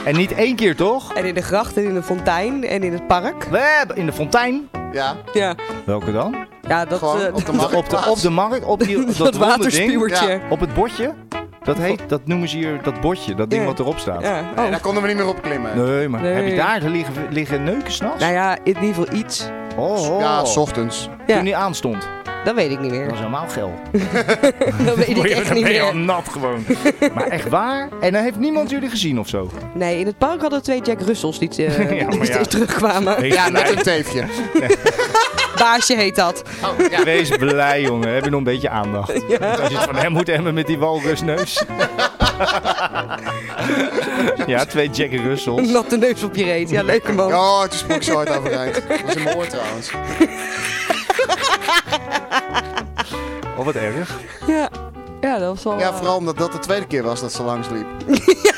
En niet één keer, toch? En in de gracht en in de fontein en in het park. We hebben in de fontein. Ja. Ja. Welke dan? Ja, dat... Gewoon eh, op de dat- markt. Op de, op de markt, op die, op dat, Dat ronde waterspuwertje. ding. Op het bordje. Dat, heet, dat noemen ze hier dat bordje, dat ding Ja. wat erop staat. Ja. Nee, Oh. daar konden we niet meer op klimmen. Nee, maar Nee. heb je daar liggen, liggen neuken s'nachts? Nou ja, in ieder geval iets. Oh, oh. Ja, s ochtends. Ja. Toen die aanstond. Dat weet ik niet Dat meer. was helemaal geil. Dat weet ik Word je- echt dan niet ben je al meer. nat gewoon. maar echt waar? En dan heeft niemand jullie gezien of zo? Nee, in het park hadden we twee Jack Russells die, eh, Ja, maar die ja. steeds terugkwamen. Wees Ja, met blij. een teefje. Baasje heet dat. Wees blij, jongen. Heb je nog een beetje aandacht. Want Als je het van hem moet hebben met die walrusneus. ja, twee Jack Russells. Natte neus op je reet. Ja, leuke man. Oh, het is ik zo hard overeind. Dat is in mijn oor trouwens. Oh, wat erg. Ja, ja dat was wel... Ja, eh, vooral omdat dat de tweede keer was dat ze langs liep.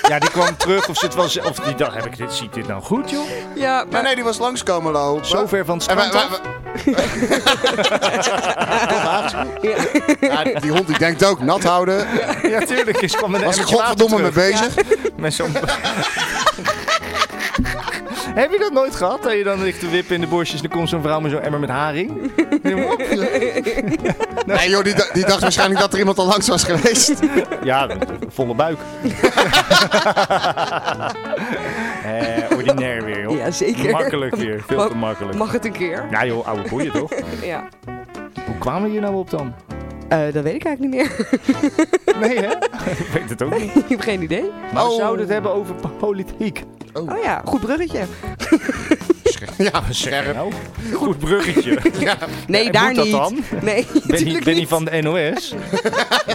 Ja, die kwam terug of, ze het was, of die dacht, heb ik dit, ziet dit nou goed, joh? Ja, Nee, maar... nee, die was langs komen lopen. Zo ver van het En wij- strand wij- af? Ja. Ja, die hond die denkt ook nat houden. Ja, tuurlijk. Is kwam met een Was ik emmertje water godverdomme mee terug. bezig? Met zo'n... Heb je dat nooit gehad? Dat je dan ligt te wippen in de bosjes en dan komt zo'n vrouw met zo'n emmer met haring? Nee joh, die, da- die dacht waarschijnlijk dat er iemand al langs was geweest. Ja, volle buik. eh, ordinair weer, joh. Ja, zeker. Makkelijk weer, veel te makkelijk. Mag het een keer? Ja joh, oude boeien toch? Ja. Hoe kwamen we hier nou op dan? Eh, dat weet ik eigenlijk niet meer. Nee hè? Ik weet het ook niet. ik heb geen idee. Maar we Oh. zouden het hebben over po- politiek. Oh ja, goed bruggetje. Ja, Zeg scherp. nou. Goed bruggetje. Nee, en daar moet dat niet. dan? Nee, Ben je, natuurlijk ben je niet. van de NOS?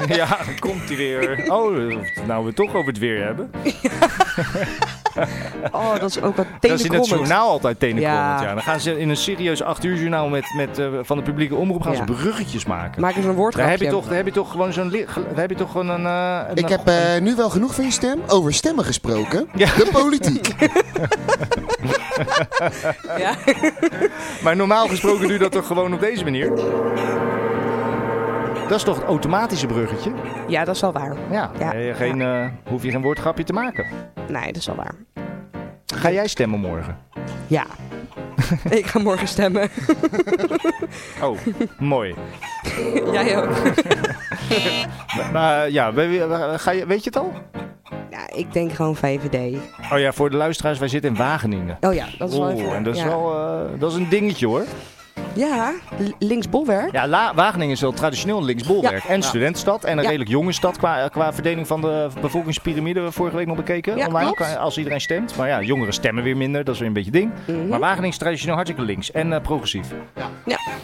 ja, komt ie weer. Oh, nou we het toch over het weer hebben. Oh, dat is ook wat Dat is in het tenenkrommend. journaal altijd tenenkrommend. Ja. Ja. Dan gaan ze in een serieus acht uur journaal met, met, eh, van de publieke omroep gaan Ja. ze bruggetjes maken. Maak eens een Daar woordgrapje. heb je toch, daar heb je toch gewoon zo'n... li- ge- Daar heb je toch gewoon een... eh, een- Ik heb eh, nu wel genoeg van je stem. Over stemmen gesproken. De politiek. Ja. maar normaal gesproken doe je dat toch gewoon op deze manier? Dat is toch het automatische bruggetje? Ja, dat is wel waar. Ja. Eh, geen, eh, hoef je geen woordgrapje te maken. Nee, dat is wel waar. Ga jij stemmen morgen? Ja. ik ga morgen stemmen. Oh, mooi. Jij ook. Maar eh, ja, we- we- we- ga je, weet je het al? ja, ik denk gewoon VVD. Oh ja, voor de luisteraars, wij zitten in Wageningen. Oh ja, dat is wel Oeh, even- en dat is ja. wel eh, dat is een dingetje hoor. Ja, l- linksbolwerk. Ja, La- Wageningen is wel traditioneel linksbolwerk. Ja. En Ja. studentenstad. En een Ja. redelijk jonge stad qua, qua verdeling van de bevolkingspyramide. hebben we Vorige week nog bekeken Ja, online. klopt. kan- Als iedereen stemt. Maar ja, jongeren stemmen weer minder. Dat is weer een beetje ding. Maar Wageningen is traditioneel hartstikke links. En eh, progressief. Mhm.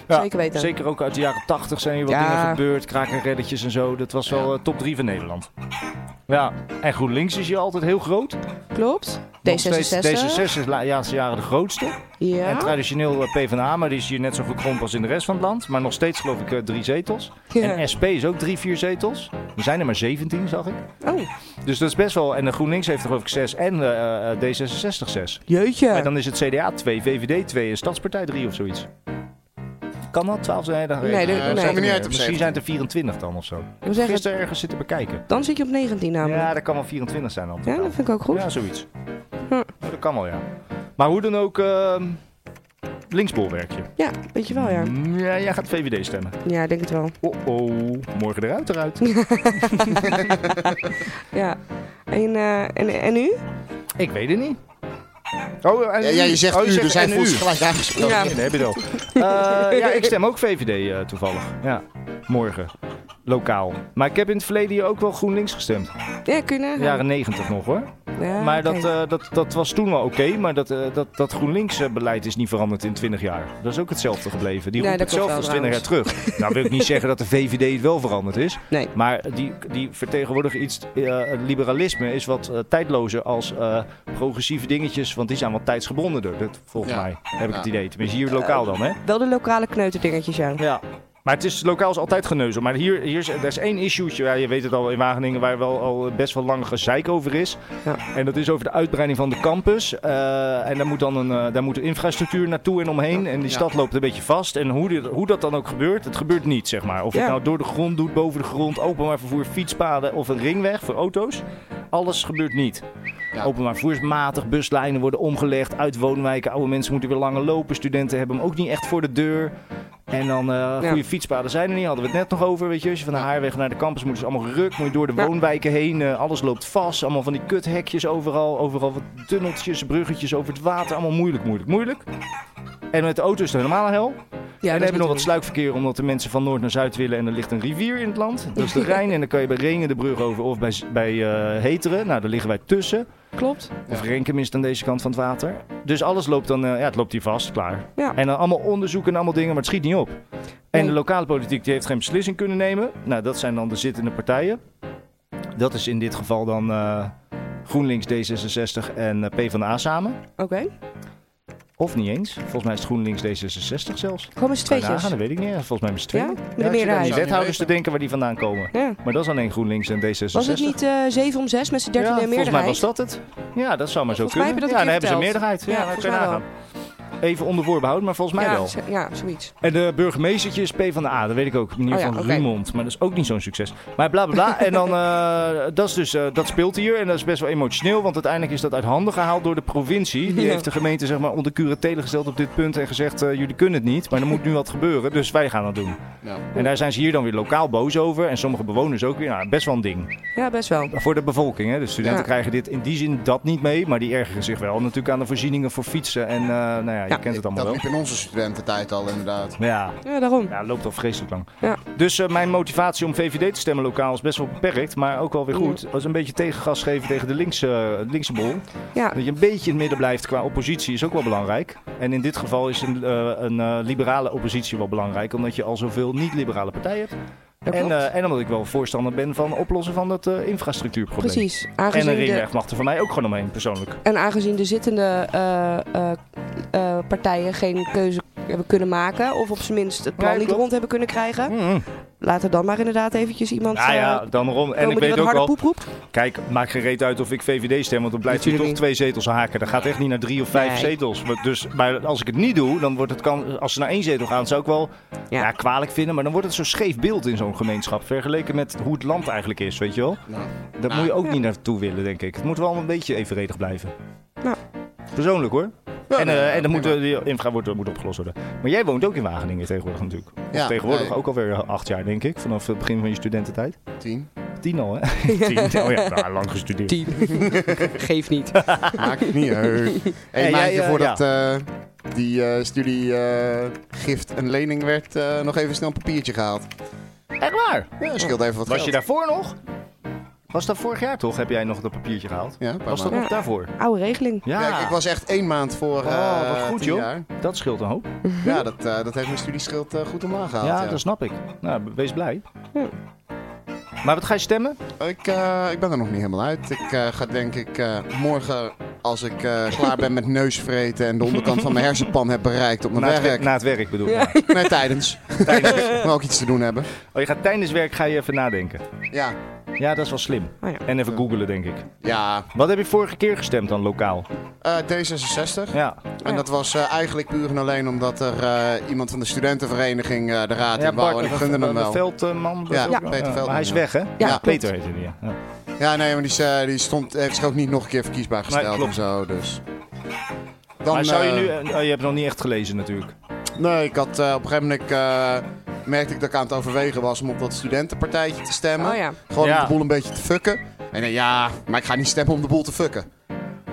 Ja, zeker weten. Zeker ook uit de jaren 80 zijn hier wat Ja. dingen gebeurd. Kraak en reddetjes en zo. Dat was wel eh, top 3 van Nederland. Ja, en GroenLinks is hier altijd heel groot. Klopt. Nog steeds D66. D66 is de laatste jaren de grootste. Ja. En traditioneel eh, PvdA, maar die is hier net zo gekrompen als in de rest van het land. Maar nog steeds geloof ik eh, drie zetels. Ja. En SP is ook drie, vier zetels. Er zijn er maar 17, zag ik. Oh. Dus dat is best wel... En de GroenLinks heeft er geloof ik zes en eh, eh, D66 zes. Jeetje. En dan is het CDA 2, VVD 2 en Stadspartij 3 of zoiets. Kan dat 12 Eh, zijn? Nee, dat- nee. Zoek me niet uit op Misschien 17. zijn het er 24 dan of zo. wil zeggen- Gisteren ergens zitten bekijken. Dan zit je op 19 namelijk. Ja, dat kan wel 24 zijn dan. Ja, dat vind ik ook goed. Ja, zoiets. Hm. Ja, Dat kan wel, ja. Maar hoe dan ook, ehm linksbolwerkje. Ja, weet je wel, Mm. ja. Ja, jij gaat VVD stemmen. Ja, ik denk het wel. Oh oh, morgen eruit eruit. Ja. En, eh, en, en u? Ik weet het niet. Oh, en Ja, ja, je u? zegt oh, u, dus hij en voelt u. zich gelijk aangesproken. Ja, nee, heb je het al. Eh, ja, ik stem ook VVD eh, toevallig. Ja, morgen. Lokaal. Maar ik heb in het verleden hier ook wel GroenLinks gestemd. Ja, kun je nagaan. Jaren 90 nog hoor. Ja, maar Ah, oké. dat, eh, dat, dat was toen wel oké, maar dat, eh, dat, dat GroenLinks-beleid is niet veranderd in 20 jaar. Dat is ook hetzelfde gebleven. Die Nee, roept dat klopt hetzelfde als wel 20 jaar terug. nou wil ik niet zeggen dat de VVD het wel veranderd is. Nee. Maar die, die vertegenwoordigen iets. eh, het liberalisme is wat eh, tijdlozer als eh, progressieve dingetjes, want die zijn wat tijdsgebondener. Dat, volgens Ja. mij heb ik het Ja. idee. Tenminste, hier lokaal dan, hè? Wel de lokale kneuterdingetjes, ja. Ja. Maar het is lokaal is altijd geneuzel. Maar hier, hier is, er is één issue'tje, ja, je weet het al, in Wageningen, waar wel al best wel lang gezeik over is. En dat is over de uitbreiding van de campus. Eh, en daar moet dan een, eh, daar moet de infrastructuur naartoe en omheen. En die stad loopt een beetje vast. En hoe, dit- hoe dat dan ook gebeurt, het gebeurt niet, zeg maar. Of je Ja. het nou door de grond doet, boven de grond, openbaar vervoer, fietspaden of een ringweg voor auto's. Alles gebeurt niet. Openbaar vervoer is matig, buslijnen worden omgelegd uit woonwijken. Oude mensen moeten weer langer lopen. Studenten hebben hem ook niet echt voor de deur. En dan eh, goede fietspaden zijn er niet, hadden we het net nog over. Weet je, als je van de Haarweg naar de campus moet, is het allemaal ruk. Moet je door de woonwijken heen, eh, alles loopt vast. Allemaal van die kuthekjes overal. Overal wat tunneltjes, bruggetjes over het water. Allemaal moeilijk, moeilijk, moeilijk. En met de auto is het helemaal een hel. en Ja, dat dan is heb je nog wat natuurlijk- sluikverkeer omdat de mensen van noord naar zuid willen. En er ligt een rivier in het land. Dat is de Rijn. En dan kan je bij Renen de brug over of bij, bij eh, Heteren. Nou, daar liggen wij tussen. Klopt. Of Renkum is het aan deze kant van het water. Dus alles loopt dan, eh, ja, het loopt hier vast, klaar. Ja. En dan allemaal onderzoeken en allemaal dingen, maar het schiet niet op. En de lokale politiek die heeft geen beslissing kunnen nemen. Nou, dat zijn dan de zittende partijen. Dat is in dit geval dan eh, GroenLinks, D66 en eh, PvdA samen. Oké. Of niet eens. Volgens mij is het GroenLinks D66 zelfs. Gewoon met z'n tweetjes. Daarna, dat weet ik niet. Volgens mij met z'n Ja? tweeën. Met ik de zit aan die meerderheid. wethouders te denken waar die vandaan komen. Ja. Maar dat is alleen GroenLinks en D66. Was het niet eh 7 om 6 met z'n 13e Ja, meerderheid? volgens mij was dat het. Ja, dat zou maar zo Volgens mij kunnen. heb je dat ja, dan een keer hebben ze een verteld. meerderheid. Ja, Ja, dat volgens kan je mij nagaan. Even onder voorbehoud, maar volgens mij ja, wel. z- Ja, zoiets. En de burgemeestertje is P van de A, dat weet ik ook. Meneer Oh ja, van oké. Roermond, maar dat is ook niet zo'n succes. Maar bla bla bla. en dan, eh, dat, is dus, eh, dat speelt hier en dat is best wel emotioneel, want uiteindelijk is dat uit handen gehaald door de provincie. Die Ja. heeft de gemeente zeg maar onder curatele gesteld op dit punt en gezegd: eh, jullie kunnen het niet, maar er moet nu wat gebeuren, dus wij gaan dat doen. En daar zijn ze hier dan weer lokaal boos over en sommige bewoners ook weer. Nou, best wel een ding. Ja, best wel. Voor de bevolking, hè. De studenten Ja. krijgen dit in die zin dat niet mee, maar die ergeren zich wel natuurlijk aan de voorzieningen voor fietsen en eh, nou ja, je kent het allemaal Dat wel. liep in onze studententijd al inderdaad. Ja. Ja, daarom. Ja, loopt al vreselijk lang. Ja. Dus eh, mijn motivatie om VVD te stemmen lokaal is best wel beperkt, maar ook wel weer goed. Als een beetje tegengas geven tegen de linkse, linkse bol. Ja. Dat je een beetje in het midden blijft qua oppositie is ook wel belangrijk. En in dit geval is een, eh, een eh, liberale oppositie wel belangrijk, omdat je al zoveel niet-liberale partijen hebt. En, eh, en omdat ik wel voorstander ben van oplossen van dat eh, infrastructuurprobleem. Precies, aangezien En een de- ringweg mag er voor mij ook gewoon omheen, persoonlijk. En aangezien de zittende eh, eh, eh, partijen geen keuze hebben kunnen maken, of op zijn minst het plan Nee, niet klopt. rond hebben kunnen krijgen, laat er dan maar inderdaad eventjes iemand. Nou Mm, ja, eh, dan erom. En komen ik die weet wat ook harde wel. poeproep? Kijk, maak geen reet uit of ik VVD stem, want dan blijft je toch twee zetels haken. Dat gaat echt niet naar drie of vijf Nee. zetels. Maar, dus, maar als ik het niet doe, dan wordt het kan. Als ze naar één zetel gaan, zou ik wel ja. kwalijk vinden. Maar dan wordt het zo'n scheef beeld in zo'n gemeenschap. Vergeleken met hoe het land eigenlijk is, weet je wel. Nou. Daar moet je ook niet naartoe willen, denk ik. Het moet wel een beetje evenredig blijven. Persoonlijk hoor. en, eh, en dat moet, eh, die infra wordt, moet opgelost worden. Maar jij woont ook in Wageningen tegenwoordig natuurlijk. Of Ja, tegenwoordig nee. ook alweer eh, acht jaar, denk ik. Vanaf het begin van je studententijd. Tien. Tien al, hè? Tien. Oh ja, nou, lang gestudeerd. Tien. Geef niet. Maakt niet uit. Hey, Hey, maandje jij, eh, voordat eh, die eh, studie eh, gift en lening werd, eh, nog even snel een papiertje gehaald. Echt waar? Ja, dat scheelt even wat Was geld. je daarvoor nog? Was dat vorig jaar toch? Heb jij nog dat papiertje gehaald? Ja, een paar Was dat maanden. nog daarvoor? Oude regeling. Ja. Kijk, ik was echt één maand voor Oh, eh, wat goed tien joh. jaar. Dat scheelt een hoop. Ja, dat, eh, dat heeft mijn studieschuld eh, goed omlaag gehaald. ja, dat snap ik. Nou, wees blij. Maar wat ga je stemmen? Ik, eh, ik ben er nog niet helemaal uit. Ik eh, ga denk ik eh, morgen, als ik eh, klaar ben met neusvreten en de onderkant van mijn hersenpan heb bereikt op mijn Na het, werk. wer- na het werk bedoel ik. ja. Nee, tijdens. Tijdens. ook iets te doen hebben. Oh, je gaat tijdens werk ga je even nadenken. Ja. Ja, dat is wel slim. En even googelen, denk ik. Ja. Wat heb je vorige keer gestemd dan lokaal? Eh, D66. Ja. En dat was eh, eigenlijk puur en alleen omdat er eh, iemand van de studentenvereniging eh, de raad in wou. En ik gunde hem wel. eh, Veldman. Ja, Peter Veldman, Maar hij is ja. weg, hè? Ja, klopt. Peter heette die. Ja. Ja. Ja, nee, maar die, is, eh, die stond, heeft zich ook niet nog een keer verkiesbaar Nee, gesteld klopt. en zo. Dus. maar zou je eh, nu... eh, oh, je hebt het nog niet echt gelezen natuurlijk. Nee, ik had eh, op een gegeven moment eh, merkte ik dat ik aan het overwegen was om op dat studentenpartijtje te stemmen. Oh ja. Gewoon Ja. om de boel een beetje te fucken. En eh, ja, maar ik ga niet stemmen om de boel te fucken.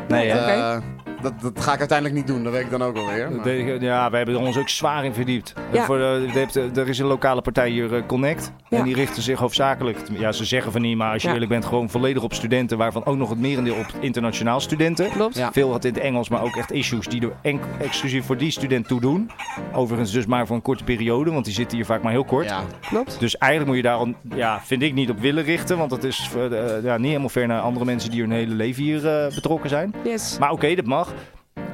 Nee, Want, hè? eh, dat, dat ga ik uiteindelijk niet doen, dat weet ik dan ook alweer. Maar... Eh, De- Ja, we hebben er ons ook zwaar in verdiept. Ja. Voor eh, de, de- de- er is een lokale partij hier, eh, Connect. Ja. En die richten zich hoofdzakelijk... Ja, ze zeggen van niet, maar als je Ja. eerlijk bent... gewoon volledig op studenten, waarvan ook nog het merendeel op internationaal studenten. Klopt. Ja. Veel wat in het Engels, maar ook echt issues die er enk- exclusief voor die student toe doen. Overigens dus maar voor een korte periode, want die zitten hier vaak maar heel kort. Klopt. Dus eigenlijk moet je daarom, ja, vind ik, niet op willen richten. Want dat is eh, eh, ja, niet helemaal ver naar andere mensen die hun hele leven hier eh, betrokken zijn. Yes. Maar oké, dat mag.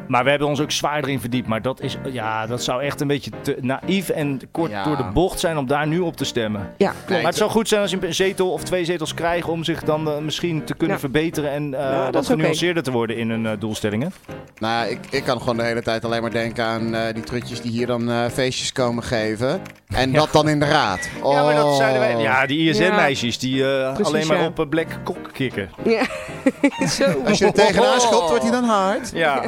Maar we hebben ons ook zwaar erin verdiept. Maar dat, is, ja, dat zou echt een beetje te naïef en kort Ja. door de bocht zijn om daar nu op te stemmen. Ja, maar het zou goed zijn als je een zetel of twee zetels krijgt om zich dan eh, misschien te kunnen Ja. verbeteren en eh Ja, dat wat is oké. genuanceerder te worden in hun eh, doelstellingen. Nou, ik, ik kan gewoon de hele tijd alleen maar denken aan eh, die trutjes die hier dan eh, feestjes komen geven. En dat dan in de raad. Oh. Ja, maar dat zeiden wij. Ja, die ISN-meisjes die eh, Precies, alleen maar ja. op eh, Black Cock kikken. Ja. Zo. Als je er tegenaan Oh. schopt, wordt hij dan hard. Ja.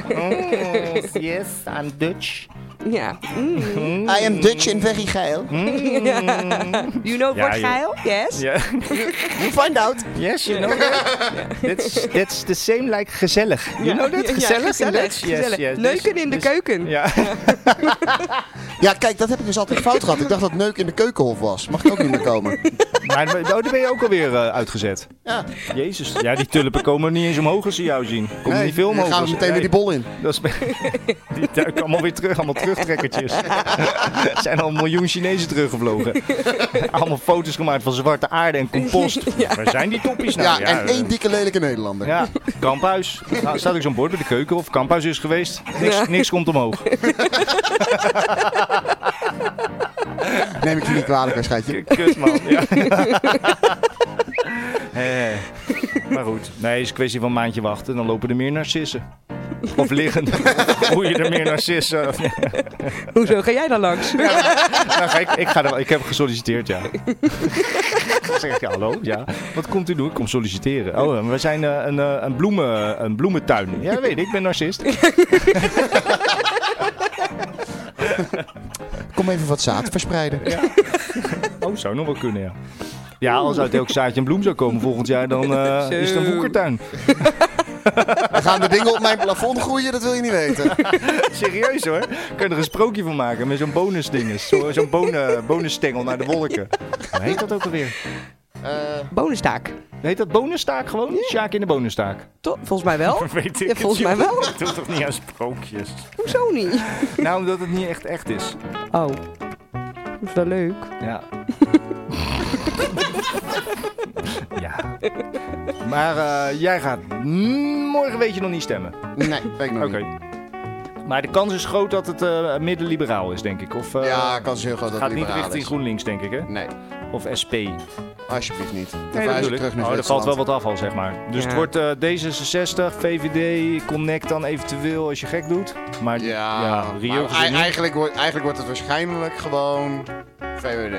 yes, I'm Dutch. Ja. Mm. I am Dutch and very geil. You know Ja, what joh. geil? Yes. Ja. You find out. Yes, you know that. That's, that's the same like gezellig. You know that? Ja, gezellig? in gezellig, Dutch? Yes, gezellig. yes. dus- Neuken in de keuken. Ja. Ja, kijk, dat heb ik dus altijd fout gehad. Ik dacht dat neuk in de keukenhof was. Mag ik ook niet meer komen? Maar oh, daar ben je ook alweer eh, uitgezet. Ja. Jezus. Ja, die tulpen komen niet eens omhoog als ze jou zien. Komen Nee, niet veel Nou dan omhoog. gaan we als- meteen weer die bol in. Dat is die duiken allemaal weer terug, allemaal terugtrekkertjes. Er zijn al een miljoen Chinezen teruggevlogen. Allemaal foto's gemaakt van zwarte aarde en compost. Waar zijn die toppies nou? Ja, en eh, één dikke lelijke Nederlander. Ja, kamphuis. Nou, staat ook zo'n bord bij de keuken of kamphuis is geweest. Niks, niks komt omhoog. Neem ik je niet kwalijk, hè, schatje. Kut man. Ja. Eh, maar goed, nee, is een kwestie van een maandje wachten. Dan lopen er meer narcissen. Of liggen. Hoe je er meer narcissen. Hoezo ga jij dan langs? Nou, ga ik, ik, ga er, wel- ik heb gesolliciteerd, ja. Dan zeg ik, ja, hallo, ja. Wat komt u doen? Ik kom solliciteren. Oh, eh, we zijn eh, een, eh, een, bloemen, een bloementuin. Ja, dat weet ik, ik ben narcist. Kom even wat zaad verspreiden. Oh, zou nog wel kunnen, ja. Ja, als uit elk zaadje een bloem zou komen volgend jaar, dan eh, is het een woekertuin. Er gaan de dingen op mijn plafond groeien, dat wil je niet weten. Serieus hoor. Kun je er een sprookje van maken met zo'n bonusding. Zo, zo'n bonen, bonusstengel naar de wolken. Hoe heet dat ook alweer? Bonustaak. Heet dat bonusstaak gewoon? Sjaak in de bonusstaak. Toch? Volgens mij wel. Weet Ja, volgens mij wel. Ik doe toch niet aan sprookjes? Hoezo niet? Nou, omdat het niet echt echt is. Oh. Dat is wel leuk. Ja. Maar eh, jij gaat mm, morgen weet je nog niet stemmen. Nee, weet ik nog Oké. Maar de kans is groot dat het eh middenliberaal is, denk ik. Of, eh, Ja, kans is heel groot dat gaat het niet liberaal richting is. GroenLinks, denk ik, hè? Nee. Of SP. Alsjeblieft niet. Dan Nee, verhuis ik natuurlijk. terug naar Oh, er valt Zwitserland. wel wat afval, zeg maar. Dus Ja. het wordt eh, D66, VVD, Connect dan eventueel als je gek doet. Maar ja, Rio Maar ei- eigenlijk, wordt, eigenlijk wordt het waarschijnlijk gewoon VWD.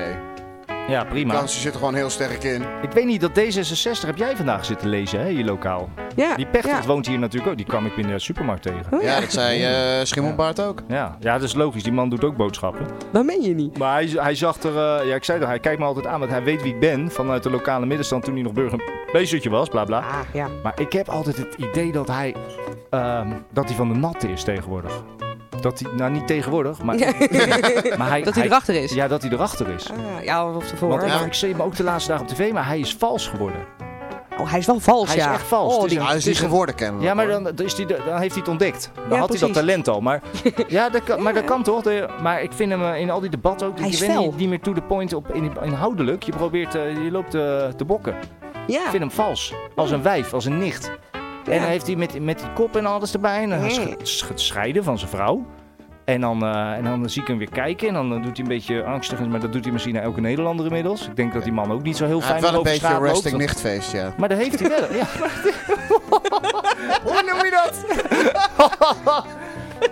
Ja, prima. De kansen zitten gewoon heel sterk in. Ik weet niet, dat D66 heb jij vandaag zitten lezen, hè, hier lokaal. Ja, Die Pechtold woont hier natuurlijk ook. Die kwam ik in de supermarkt tegen. ja, dat zei eh Schimmelbaard ook. Ja. ja, dat is logisch. Die man doet ook boodschappen. Dat meen je niet. Maar hij, hij zag er... eh, ja, ik zei toch, hij kijkt me altijd aan, want hij weet wie ik ben. Vanuit de lokale middenstand toen hij nog burgemeestertje was, bla bla. Ah, ja. Maar ik heb altijd het idee dat hij, ehm, dat hij van de natte is tegenwoordig. Dat hij, nou niet tegenwoordig, maar... maar hij, Dat hij erachter is. Ja, dat hij erachter is. Ah, ja, of Want tevoren. ik- ik zie hem ook de laatste dagen op tv, maar hij is vals geworden. Oh, hij is wel vals, Hij ja. is echt vals. dus Oh, Het die- een- Hij Ah, is het niet een- geworden kennelijk. Ja, maar dan, dan is die, dan heeft hij het ontdekt. Dan Ja, had hij precies. dat talent al. Maar, ja, dat kan, maar dat kan toch? De- maar ik vind hem eh, in al die debatten ook... Hij is je bent fel. niet, niet meer to the point op, in, inhoudelijk. Je probeert, eh, je loopt eh, te bokken. Ja. Ik vind hem vals. Als een wijf, als een nicht. En dan heeft hij met, met die kop en alles erbij. En dan Mm. sch- sch- scheiden van zijn vrouw. En dan, eh, en dan zie ik hem weer kijken. En dan eh, doet hij een beetje angstig. Maar dat doet hij misschien naar elke Nederlander inmiddels. Ik denk dat die man ook niet zo heel Hij fijn heeft wel een over beetje straat een loopt, resting want- nichtfeest, ja. Maar dat heeft hij wel. Ja. Hoe noem je dat?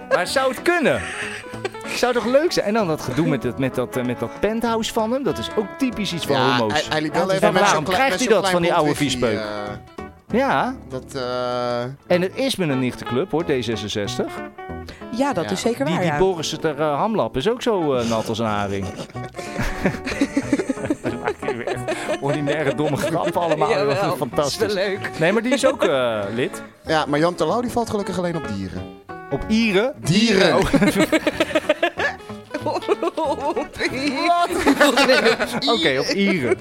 Maar zou het kunnen? Zou toch leuk zijn? En dan dat gedoe met, het, met, dat, eh, met dat penthouse van hem. Dat is ook typisch iets van Ja, homo's. hij, hij liep Ja, wel het is van, even met zo'n waarom klein- krijgt met hij zo'n dat van die klein oude blond wifi, viespeuk? eh, Ja, dat, eh, en het is met een nichtenclub hoor, D66. Ja, dat Ja. is zeker Die, waar, die ja. Boris het er eh, hamlap is ook zo eh, nat als een haring. Dat maakt hij weer echt Ordinaire domme grappen allemaal. Jawel, Dat is dat is fantastisch. wel leuk. Nee, maar die is ook eh, lid. ja, maar Jan Terlouw die valt gelukkig alleen op dieren. Op Ieren. Dieren! Oh, Oké, op Ieren.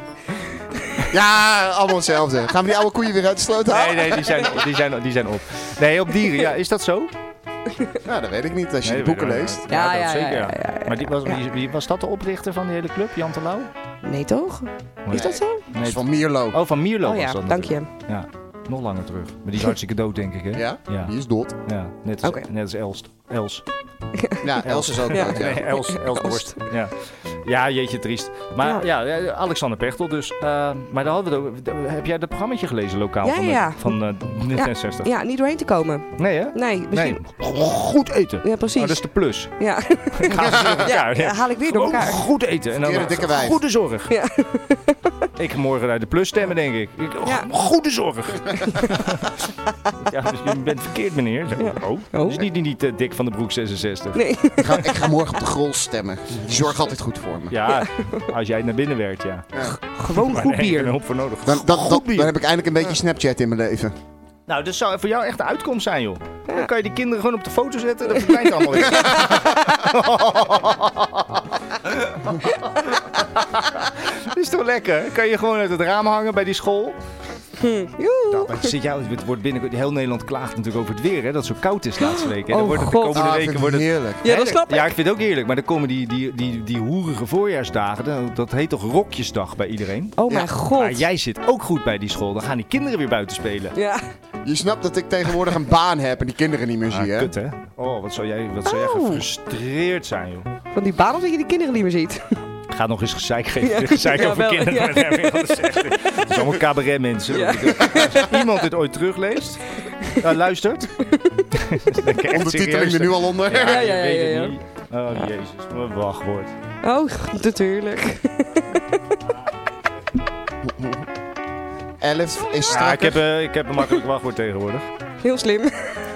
Ja, allemaal hetzelfde. Gaan we die oude koeien weer uit de sloot halen? Nee, nee, die zijn, die zijn, die zijn op. Nee, op dieren. Ja, is dat zo? Nou, dat weet ik niet. Als je Nee, de boeken weet ik leest. wel. Ja, dat ja, zeker. ja, ja, Maar die was, wie, wie was dat de oprichter van die hele club, Jan Terlouw? Nee, toch? Nee. Is dat zo? Dat is Nee, van Mierlo. oh, van Mierlo Oh ja, was dat dank je. natuurlijk. Ja, nog langer terug. Maar die is hartstikke dood, denk ik, hè? Ja? Ja, Die is dood. ja, net, als, Oké. net als Elst. Els. Ja, Els is ook Ja. dood, ja. Nee, Els, Elsborst. Ja. ja, jeetje, triest. Maar ja, ja, Alexander Pechtel dus. Eh, maar daar hadden we het over. Heb jij dat programmaatje gelezen lokaal Ja, van, de- ja. van eh, Ja, 66? Ja, niet doorheen te komen. Nee, hè? Nee, misschien... Nee. Goed eten. Ja, Oh, precies. dat is de plus. Ja. Gaan ze door elkaar. Ja, haal ik weer door Gewoon elkaar. Goed eten. En dan Verkeerde dikke wijf. goede zorg. Ja. Ik morgen naar de plus stemmen, denk ik. ik go- Ja. Goede zorg. ja, dus je bent verkeerd, meneer. Zeg, Oh. Dus niet, niet, niet eh, Dick van de Broek 66. Nee. Ik ga, ik ga morgen op de grol stemmen. Die zorgt altijd goed voor me. Ja, als jij naar binnen werkt, ja. Gewoon Maar goed daar heb ik bier. een hoop voor nodig. Dan, dan, dan, Goed bier. dan heb ik eindelijk een beetje Snapchat in mijn leven. Nou, dat zou voor jou echt de uitkomst zijn, joh. Dan kan je die kinderen gewoon op de foto zetten en dat verdwijnt allemaal weer. Dat is toch lekker? Kan je gewoon uit het raam hangen bij die school? Nou, maar zit jou, het wordt binnenkort, heel Nederland klaagt natuurlijk over het weer, hè, dat het zo koud is laatst week. En dan Oh, wordt het God. de komende Ah, ik weken vind wordt het het heerlijk. Ja, dat snap ik. Ja, ik vind het ook heerlijk. Maar dan komen die, die, die, die hoerige voorjaarsdagen, dan- dat heet toch rokjesdag bij iedereen? Oh mijn god. Maar jij zit ook goed bij die school, dan gaan die kinderen weer buiten spelen. Ja. Je snapt dat ik tegenwoordig een baan heb en die kinderen niet meer Ah, zie, hè? kut, hè? Oh, wat zou jij, wat zou jij Oh. gefrustreerd zijn, joh. Van die baan of dat je die kinderen niet meer ziet. Ga nog eens gezeik geven. Ja. Gezeik Ja, over wel, kinderen. ja. maar dat heb ik al gezegd. Het is allemaal cabaret mensen. Ja. Als iemand dit ooit terugleest, eh, luistert. Ondertiteling er nu al onder. Ja, Ja, je ja, ja, weet ja, het niet. Oh, jezus. Wat een wachtwoord. Oh, natuurlijk. 11 is strak. Ja, ik, heb, eh, ik heb een makkelijk wachtwoord tegenwoordig. Heel slim.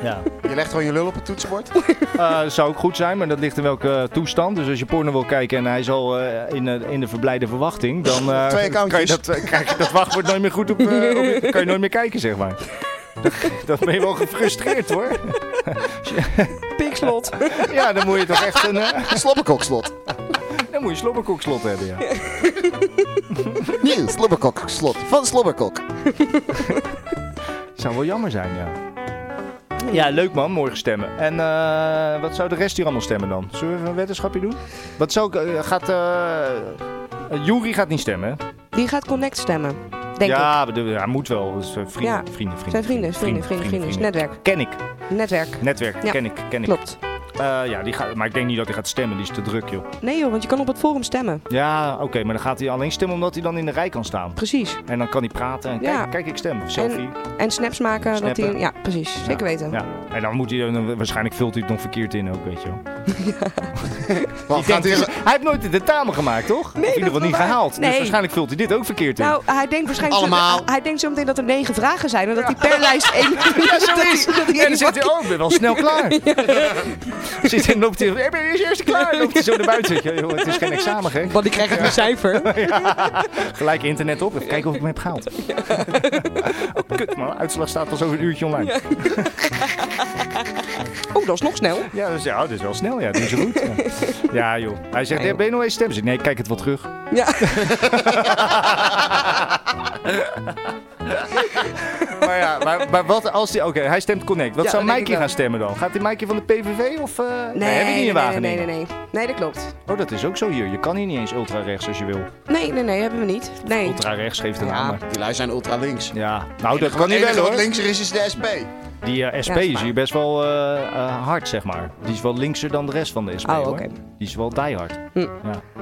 Ja. Je legt gewoon je lul op het toetsenbord. Eh, zou ook goed zijn, maar dat ligt in welke eh, toestand. Dus als je porno wil kijken en hij is al eh, in, eh, in de verblijde verwachting, dan eh, Twee accountjes. kan je dat, eh, krijg je dat wachtwoord nooit meer goed op, eh, op je- kan je nooit meer kijken, zeg maar. Dat ben je wel gefrustreerd hoor. Pikslot. Ja, dan moet je toch echt een, eh, Slobberkokslot. dan moet je slobberkoekslot hebben, ja. Nieuw slobberkokslot van Slobberkok. Zou wel jammer zijn, ja. Ja, leuk man, morgen stemmen. En eh, wat zou de rest hier allemaal stemmen dan? Zullen we even een wetenschapje doen? Wat zou ik, eh, gaat, eh Jury gaat niet stemmen, hè? Die gaat Connect stemmen. Denk ik. ja, bedoel, hij moet wel. Dus eh, vrienden, Ja. vrienden, vrienden. Zijn vrienden, vrienden, vrienden, vrienden. Netwerk. Ken ik. Netwerk. Netwerk, Ja, ken ik, ken ik. Klopt. Eh, ja, die gaat, maar ik denk niet dat hij gaat stemmen, die is te druk, joh. Nee joh, want je kan op het forum stemmen. Ja, oké, maar dan gaat hij alleen stemmen omdat hij dan in de rij kan staan. Precies. En dan kan hij praten en Ja. kijk, kijk, ik stem, selfie. En, en snaps maken. Dat Snappen. die, ja, precies. Zeker weten. Ja. En dan moet hij, eh, dan, waarschijnlijk vult hij het nog verkeerd in ook, weet je wel. Wat, Die denkt, gaat hier- dus- hij heeft nooit de tentamen gemaakt, toch? of in ieder geval dat is niet wel waar. gehaald. Nee. Dus waarschijnlijk vult hij dit ook verkeerd in. Nou, hij denkt waarschijnlijk Allemaal. Zo, hij denkt zo meteen dat er negen vragen zijn en dat hij per lijst één. Ja, zo is. dat hij- dat En hij dan zegt hij, oh, ik ben wel snel klaar. Zit en loopt hij, ik ben eerst eerst klaar. En loopt hij zo naar buiten. Weet je, wel, joh, het is geen examen, gek. Want ik krijg het een cijfer. Gelijk internet op, even kijken of ik hem heb gehaald. Oh, kut, maar mijn uitslag staat pas over een uurtje online. Oh, dat is nog snel. Ja, dus, ja, dat is wel snel, ja. Doe ze goed. Ja, Ja, joh. Hij zegt, Ja, joh. ben je nog eens stem? Ik zeg, Nee, ik kijk het wel terug. Ja. Maar ja, maar, maar wat als hij... Oké, hij stemt Connect. Wat Ja, zou dat denk Mikey ik wel. gaan stemmen dan? Gaat hij Mikey van de PVV of... eh, Nee, heb ik niet nee, in nee, Wageningen. nee, nee, nee. Nee, dat klopt. Oh, dat is ook zo hier. Je kan hier niet eens ultra rechts als je wil. Nee, nee, nee, hebben we niet. Nee. Ultra rechts geeft een Ja, aan. Die lui zijn ultra links. Ja, nou dat kan Het niet enige wel wat hoor. linkser is, is de SP. Die eh, SP Ja, dat is is hier best wel eh, eh, hard, zeg maar. Die is wel linkser dan de rest van de SP. Oh, hoor. oké. Hm. Die is wel diehard. Ja.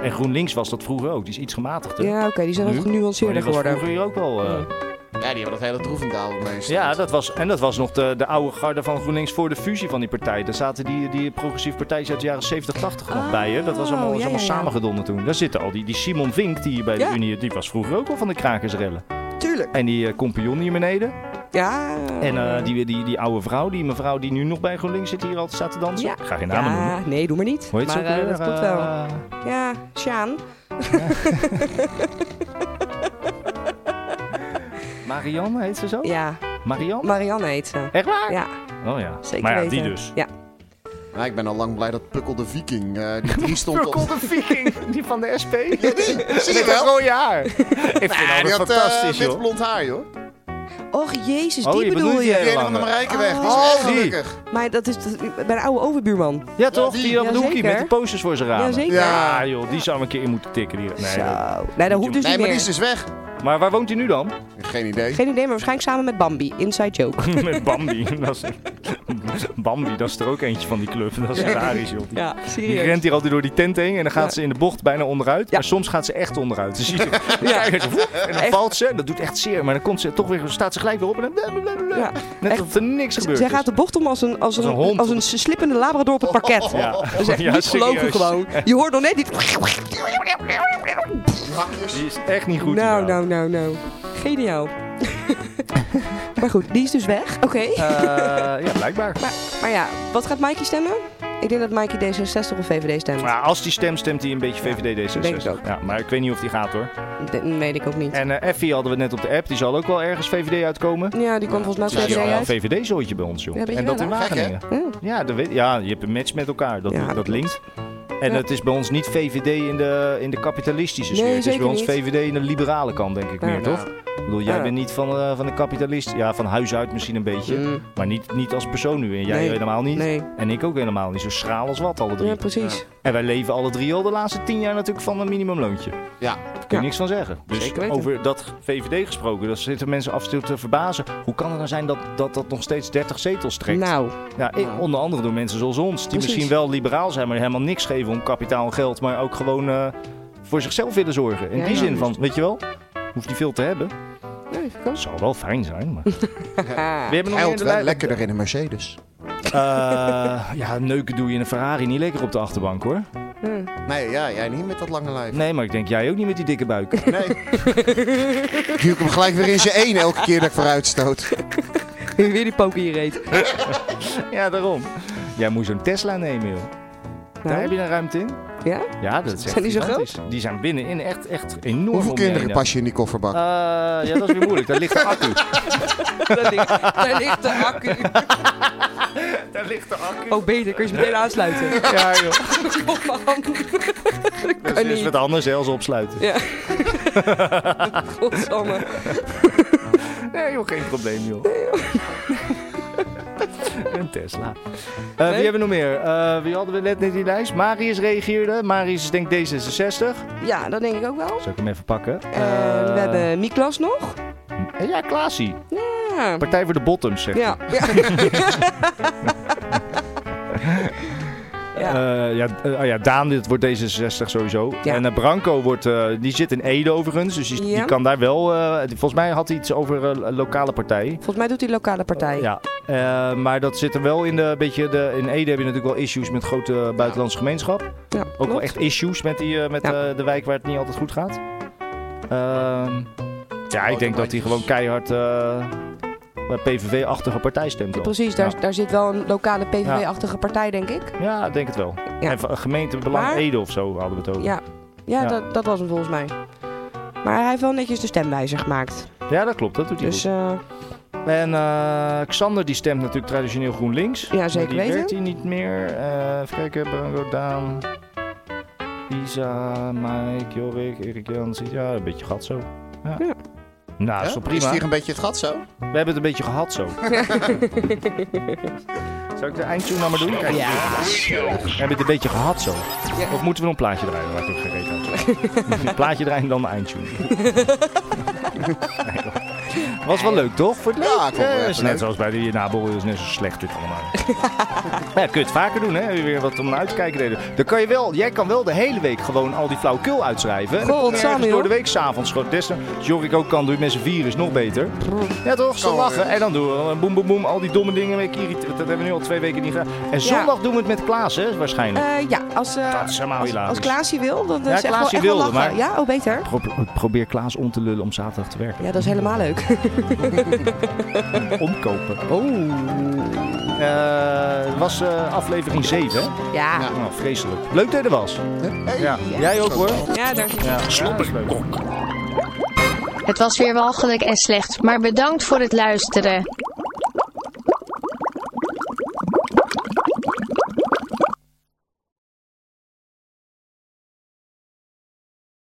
En GroenLinks was dat vroeger ook. Die is iets gematigder. Ja, oké, die zijn Nu? wat genuanceerder Maar die was geworden. Hm. vroeger hier ook wel. eh, Ja, die hebben dat hele troevendaal mee. Ja, dat was, en dat was nog de, de oude garde van GroenLinks voor de fusie van die partij. Daar zaten die, die progressieve partijen uit de jaren 70, 80 nog bij. Hè? Dat was allemaal, was Oh, ja, allemaal ja, ja. samengedonden toen. Daar zitten al die, die Simon Vink, die hier bij Ja. de Unie, die was vroeger ook al van de krakersrellen. Tuurlijk. En die eh, compagnon hier beneden. Ja. En eh, die, die, die oude vrouw, die mevrouw die nu nog bij GroenLinks zit, die hier altijd staat te dansen. Ja. Ik ga geen namen Ja, noemen. Nee, doe maar niet. Hoe heet ze maar ook eh, weer? dat klopt wel. Eh, Ja, Sjaan. Marianne heet ze zo? Ja. Marianne? Marianne heet ze. Echt waar? Ja. Oh ja. Zeker maar ja, weten. die dus. Ja. Nou, ik ben al lang blij dat Pukkel de Viking, eh, die drie stond Pukkel op... de Viking, die van de SP. Zie je Met dat wel? rode haar. Ik vind Ah, haar die had eh, fantastisch, wit joh. blond haar, joh. Och, jezus, Oh, die je bedoelt bedoel die je. hele Die ene van de lange. Marijkenweg, die is Oh, echt gelukkig. Maar dat is dat- bij de oude overbuurman. Ja, toch? Die op de hoekie Jazeker. met de posters voor zijn ramen. Jazeker. Ja, joh, die zou een keer in moeten tikken. Die... Nee, Zo. Nee, dat hoeft dus niet Nee, maar die meer. is dus weg. Maar waar woont hij nu dan? Geen idee. Geen idee, maar waarschijnlijk samen met Bambi. Inside joke. Met Bambi. Dat is... Bambi, dat is er ook eentje van die club. Dat is Ja. hilarisch, joh. Die, Ja, die serieus. rent hier altijd door die tent heen en dan gaat ze in de bocht bijna onderuit. Maar soms gaat ze echt onderuit. Dus je ziet er- Ja. Kijk, zo, woep, en dan valt ze. Dat doet echt zeer. Maar dan komt ze toch weer, staat ze gelijk weer op en dan... Ja. Net Echt. alsof er niks gebeurt Zij is. gaat de bocht om als een, als een, een hond. als een slippende labrador op het parket. Ja. Dat is echt Ja, niet geloven serieus. gewoon. Je hoort nog net die... Die is echt niet goed. Nou, die vrouw. nou, nou, nou. Geniaal. maar goed, die is dus weg. Oké. nou. Eh, ja, blijkbaar. Maar ja, wat gaat Mikey stemmen? Ik denk dat Mikey D66 of VVD stemt. Maar als die stemt, stemt hij een beetje VVD D66. denk ik ook. Ja, maar ik weet niet of die gaat hoor. Dat weet ik ook niet. En eh, Effie hadden we net op de app, die zal ook wel ergens VVD uitkomen. Ja, die kwam volgens mij Ja, VVD die uit. VVD-zooitje bij ons, joh. Ja, weet je en dat wel, in hè? Mm. Wageningen. Gek, hè? Ja. ja, dat weet, ja, je hebt een match met elkaar, dat, dat linkt. En Ja. het is bij ons niet VVD in de, in de kapitalistische Nee, sfeer. het is bij zeker ons niet. VVD in de liberale kant, denk ik Ja. nou. meer, toch? Ik bedoel, jij Ja. bent niet van, eh, van de kapitalist. Ja, van huis uit misschien een beetje. Maar niet, niet als persoon nu. En jij Mm. Nee. helemaal niet. Nee. En ik ook helemaal niet. Zo schraal als wat, alle drie. Ja, precies. En wij leven alle drie al de laatste tien jaar natuurlijk van een minimumloontje. Ja. Daar kun je niks van zeggen. Dus Zeker weten. over dat VVD gesproken, daar zitten mensen af en toe te verbazen. Hoe kan het nou zijn dat dat, dat nog steeds 30 zetels trekt? Nou. Ja, ik- onder andere door mensen zoals ons, die Precies. misschien wel liberaal zijn, maar helemaal niks geven om kapitaal en geld, maar ook gewoon eh, voor zichzelf willen zorgen. In Ja, dus die ja, zin juist. van, weet je wel, hoeft niet veel te hebben. Nee, Dat zou wel fijn Nou, zijn, maar... Ah. We hebben nog meer in Geld de wel lijn. lekkerder in een Mercedes. Eh, ja, neuken doe je in een Ferrari niet lekker op de achterbank hoor. Nee, ja, jij niet met dat lange lijf. Nee, maar ik denk jij ook niet met die dikke buik. Nee. Duw ik hem gelijk weer in zijn één elke keer dat ik vooruit stoot. Weer die poker Nou, in je reet. Ja, daarom. Jij moet zo'n Tesla nemen, joh. Daar Nou. heb je een ruimte in. Ja? Ja, dat is echt Zijn die zo gigantisch. Die zijn binnenin echt, echt enorm Hoeveel om je heen. kinderen pas je in die kofferbak? Eh, ja, dat is weer moeilijk. Daar ligt de accu. Daar ligt, daar ligt de accu. Daar ligt de accu. Oh, beter. Kun je ze meteen aansluiten? Ja, joh. Kom man. Dat Kan is niet. wat anders, hè, als opsluiten. Ja. Godsamme. Nee, joh, geen probleem, joh. Een Tesla. Eh, Wie hebben we nog meer? Eh, wie hadden we net in die lijst? Marius reageerde. Marius is denk ik D66. Ja, dat denk ik ook wel. Zal ik hem even pakken? Eh, we hebben Miklas nog. Ja, Klaasie. Ja. Partij voor de Bottoms, zeg Ja. hij. ja. Eh. Ja. ja, eh, oh ja, Daan, dit wordt D66 sowieso. En eh, Branco wordt, eh, die zit in Ede overigens, dus die, Ja. die kan daar wel... eh, die- volgens mij had hij iets over eh, lokale partij. Volgens mij doet die lokale partij. Ja, eh, maar dat zit er wel in de, beetje de... In Ede heb je natuurlijk wel issues met grote buitenlandse gemeenschap. Ook wel klopt. echt issues met, die, eh, met eh, de wijk waar het niet altijd goed gaat. Ehm, ja, ik denk dat hij gewoon keihard eh, bij PVV-achtige partij stemt. dan. Precies, daar, Ja. daar zit wel een lokale PVV-achtige partij, denk ik. Ja, ik denk het wel. En van- gemeentebelang Maar- Ede of zo hadden we het over. Ja, ja, Ja. Dat, dat was hem volgens mij. Maar hij heeft wel netjes de stemwijzer gemaakt. Ja, dat klopt. Dat doet hij Dus, goed. En eh, Xander die stemt natuurlijk traditioneel GroenLinks. Ja, zeker Maar die weten. werkt hij niet meer. Eh even kijken, Branko, Daan, Isa, Mike, Jorik, Erik Jans. Ja, een beetje gat zo. Ja. Nou, is Hè? wel prima. Is hier een beetje het gat zo? We hebben het een beetje gehad zo. Zou ik de eindtune nou maar doen? Kijk, Ja. We hebben het een beetje gehad zo. Of moeten we nog een plaatje draaien? Laat ik ook geen reet uit. Een plaatje draaien dan de eindtune. Nee, hoor. was wel leuk, toch? Voor het leuk. Ja, ik vond het wel Eh, echt is leuk. net zoals bij de nabel, is net zo slecht dit allemaal. Maar ja, kun je het vaker doen, hè? Heb je weer wat om naar uit te kijken reden. Dan kan je wel, jij kan wel de hele week gewoon al die flauwkul uitschrijven. En dan kom Goh, je wat saai, ergens door joh. de week s'avonds. Gewoon testen. Als Jorik ook kan, doe je met z'n vier is nog beter. Ja, toch? Zo lachen. En dan doen we eh, boem, boem, boem. Al die domme dingen. een beetje irrit- Dat hebben we nu al twee weken niet gedaan. En zondag doen we het met Klaas, hè? Waarschijnlijk. eh, ja, als, eh, dat is helemaal hilarisch. als Klaasje wil, dan eh, Ja, is echt wel, Klaasje echt wel wilde, lachen. maar- Ja, oh beter. Eh. Pro- probeer Klaas om te lullen om zaterdag te werken. Ja, dat is helemaal leuk. Omkopen. Oh. was Oh. eh, aflevering 7, hè? Ja. Nou, vreselijk. Leuk dat je er was. Ja. Jij ook, hoor. Ja, dankjewel. Het was weer walgelijk en slecht, maar bedankt voor het luisteren.